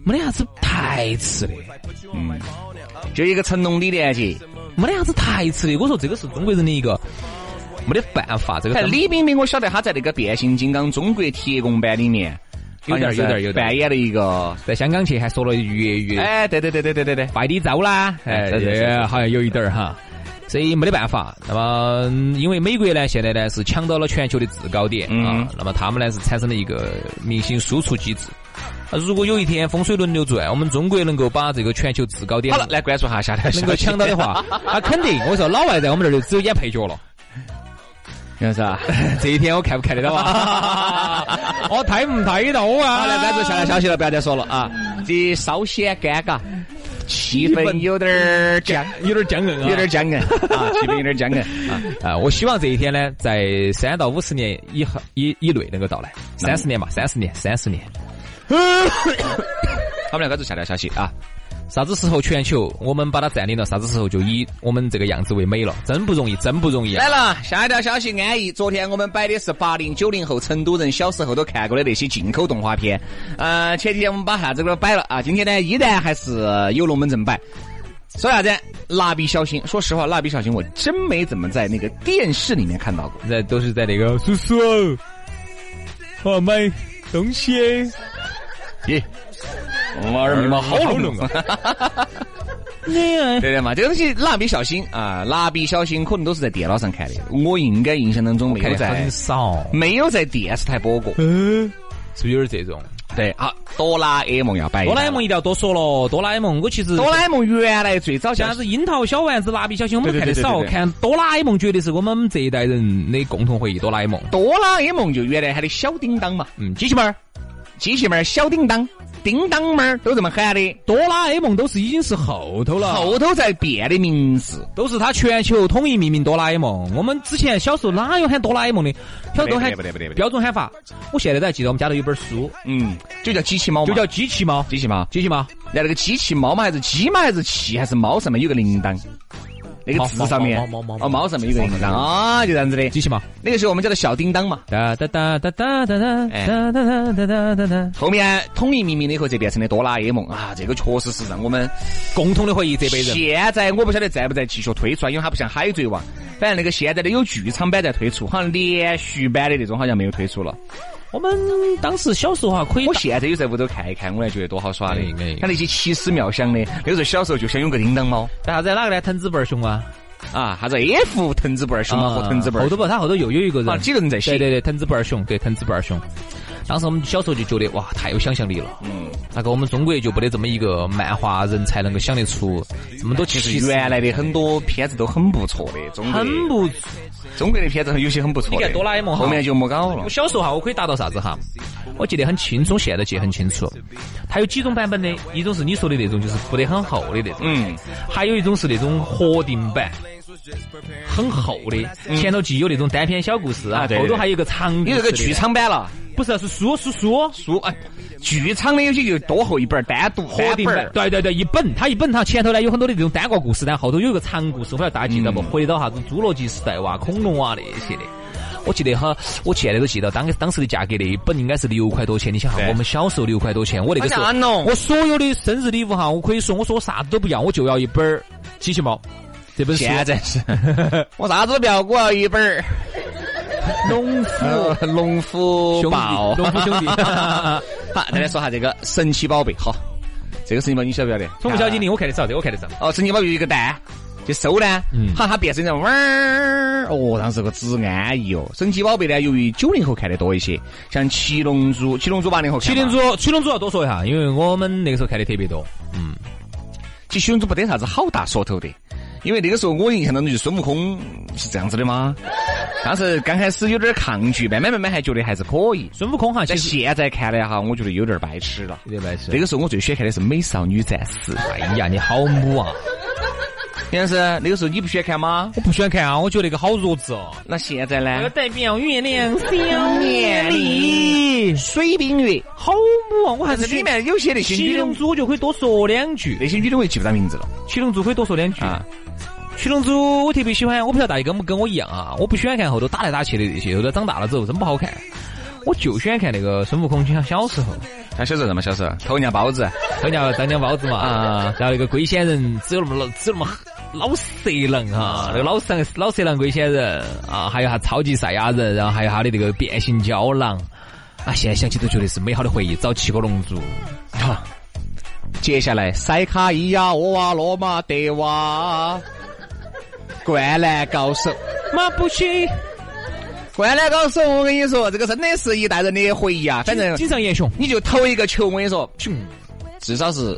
没得啥子台词的，就一个成龙李连杰。没得啥子台词的。我说这个是中国人的一个没得办法，这个但是李冰冰，我晓得她在那个《变形金刚》中国铁公版里面，有点儿好像是有点儿有点儿扮演了一个。在香港去还说了粤语，哎，对对对对对对对，快点走啦！哎，哎对对这对个好像有一点儿哈，所以没得办法。那么，嗯因为美国呢，现在呢是抢到了全球的制高点啊嗯，那么他们呢是产生了一个明星输出机制。啊如果有一天风水轮流转，我们中国能够把这个全球制高点好了，来关注一 下下条消息 能够抢到的话，那肯定我说老外在我们这儿就只有演配角了。杨啥？这一天我看不看得到啊？ 我睇唔睇到啊？好了，关注下条消息了，不要再说了啊！这稍显尴尬，气氛有点儿僵，有点僵硬啊，有点儿僵硬啊，气氛有点儿僵硬啊！啊、我希望这一天呢，在三到五十年以后以以内能够到来。三十年吧，三十年，三十年。好，我们来关注下条消息啊！啥子时候全球我们把它占领了，啥子时候就以我们这个样子为美了，真不容易，真不容易、啊来。了，下一条消息，安逸。昨天我们摆的是八零九零后成都人小时候都看过的那些进口动画片。呃，前几天我们把啥子给它摆了啊？今天呢，依然还是有龙门阵摆。说啥子？蜡笔小新。说实话，蜡笔小新我真没怎么在那个电视里面看到过。在都是在那个叔叔，我买东西，咦，我二密码哎好浓啊！ 对的嘛，这个东西蜡笔小新啊，蜡笔小新可能都是在电脑上看的，我应该印象当中没看有的在很少。没有在电视台播过。嗯，是不是有点这种？对啊，哆啦 A 梦要摆一摆哆啦 A 梦一定要多说了，哆啦 A 梦我其实哎哆啦 A 梦原来最早像叫啥子樱桃小丸子、蜡笔小新，我们对对看的对对少，对对看哆啦 A 梦绝对是我们这一代人的共同回忆。哆啦 A 梦，哆啦 A 梦就原来喊的小叮当嘛，嗯，机器猫儿，机器猫儿小叮当、叮当猫儿都这么喊的，哆啦 A 梦都是已经是后头了，后头在变的名字。都是他全球统一命名哆啦 A 梦。我们之前小时候哪有喊哆啦 A 梦的？小时候都喊不得不得不得标准喊法。我现在都还记得我们家头有本书，嗯，就叫机器猫嘛，就叫机器猫，机器猫。机器猫。然后那个机器猫嘛，还是鸡嘛，还是气还是猫上面有个铃铛，那个猫字上面，猫猫猫猫哦，猫上面有个铃铛啊，就这样子的。机器猫，那个时候我们叫做小叮当嘛，哒哒哒哒哒哒哒哎哒哒哒哒哒哒，后面统一命名了以后就变成了哆啦 A 梦啊，这个确实是让我们共同的回忆这辈人。现在我不晓得在不在继续推出啊，因为它不像海贼王，反正那个现在的有剧场版在推出，好像连续版的那种好像没有推出了。我们当时小时候啊，可以我打现在有在屋头看一看，我还觉得多好耍的哎哎。它那些奇思妙想的，那个时候小时候就想有个叮当猫打啥子？哪个呢？藤子不二雄啊？啊，啥子 F 藤子不二雄嘛和藤子不二后头雄，不，他后头又有一个人，啊，几个人在写对，对对，藤子不二雄，对藤子不二雄。当时我们小时候就觉得哇，太有想象力了。嗯，那个我们中国就没得这么一个漫画人才能够想得出这么多其奇实思原来的很多片子都很不错的，中国的很不。中国的片子有些很不错你的。看哆啦 A 梦哈后面就没搞了我。小时候哈，啊我可以达到啥子哈？我记得很清楚，现在记得很清楚。它有几种版本的，一种是你说的那种，就是铺得很厚的那种。嗯，还有一种是那种合订版，很厚的，前头既有那种单篇小故事嗯啊啊，对对后头对还有一个长故事你的。这个剧场版了，不是是书是书书啊，剧场的有些就多厚一本儿，单独合单订本版儿，。对对对，一本它一本它前头呢有很多的这种单个故事，但后头有一个长故事，我不晓得大家记得嗯不？回到啥子侏罗纪时代哇、恐龙啊那些的。我记得哈，我现在都记得当当时的价格那一本应该是六块多钱。你想哈，对我们小时候六块多钱，我那个时候好像哦我所有的生日礼物哈，我可以说我说我啥子都不要，我就要一本儿机器猫这本书。现在是， 我啥子都不要，我要一本儿 农呃 龙虎兄弟豹，龙虎兄弟 好，再来说下这个神奇宝贝，好，这个神奇宝贝你晓不晓得？啊宠物小精灵，我看得少，这个我看得少。哦，神奇宝贝有一个蛋。去收呢，嗯好，它变成了嗡儿，哦，当时个只安逸哦。神奇宝贝呢，由于九零后看的多一些，像七龙珠，七龙珠八零后看七嘛，龙珠，七龙珠要多说一下，因为我们那个时候看的特别多。其实七龙珠没得啥子好大说头的，因为那个时候我印象当中就是孙悟空是这样子的嘛。当时刚开始有点抗拒，慢慢慢慢还觉得还是可以。孙悟空哈，在其实现在看来哈，我觉得有点白痴了。有点白痴那个时候我最喜欢看的是《美少女战士》，哎呀，你好母啊！杨老师，那个时候你不喜欢看吗？我不喜欢看啊，我觉得那个好弱智哦。那现在呢？代表月亮小面丽，水冰月，好母啊！我还但是里面有些那些七女龙的，珠就可以多说两句，那些女的我也记不到名字了七龙珠可以多说两句。啊。七龙珠我特别喜欢，我不晓得大家跟不跟我一样啊，我不喜欢看后头打来打去的那些，后头长大了之后真不好看。我就喜欢看那个孙悟空，就像小时候，他小时候什么小时候偷人家包子，人家张家包子嘛，啊然后那个龟仙人只有那么老，只有那么老色狼啊哈，那个老色老色狼龟仙人啊，还有他超级赛亚人，然后还有他的那个变形胶囊，啊，现在想起都觉得是美好的回忆。找七个龙珠，啊好，接下来塞卡伊亚、厄瓦洛马、德瓦、灌篮高手。马不西，灌篮高手，我跟你说，这个真的是一代人的回忆啊！反正井上岩雄，你就投一个球，我跟你说，熊至少是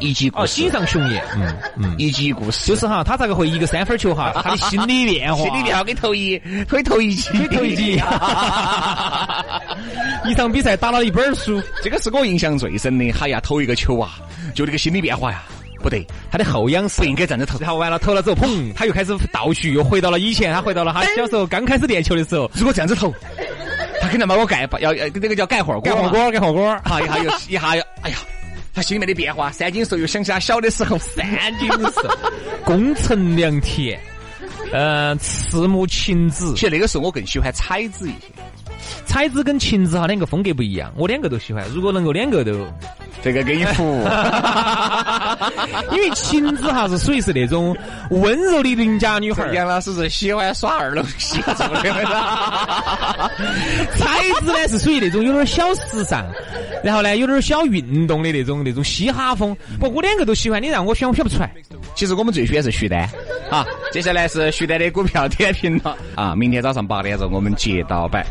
一级哦，故事锦，上雄彦，嗯嗯，一级故事，就是哈，他咋个会一个三分 球哈，他的心理变化，心里面要给投一，可以投一级，给投一级一场比赛打了一本儿书， 这个是我印象最深的。哎呀，投一个球啊，就这个心理变化呀，不对，他的后仰式不。应该站着投。然后完了投了之后，砰，他又开始倒叙，又回到了以前，他回到了他小时候刚开始练球的时候，如果这样子投，他肯定把我盖，要要那个叫盖火锅，干火。锅，干火锅，啊，一下又一下又，哎呀，他心里面的变化，三斤瘦又想起他小的时候，三南京市 攻城良田，呃，赤木晴子其，实那个时候我更喜欢彩子一些，彩子跟晴子哈两个风格不一样，我两个都喜欢，如果能够两 个都。这个给你服。因为晴子哈是属于是那种温柔的邻家女孩 儿，杨老师是喜欢耍二龙戏做的，才子呢是属于那种有点小时尚，然后呢有点小运动的那种那种嘻哈风。不，我两个都喜欢，你让我选我选不出来。其实我们最喜欢是徐丹啊。接下来是徐丹的股票点评了啊，明天早上八点钟我们接到摆。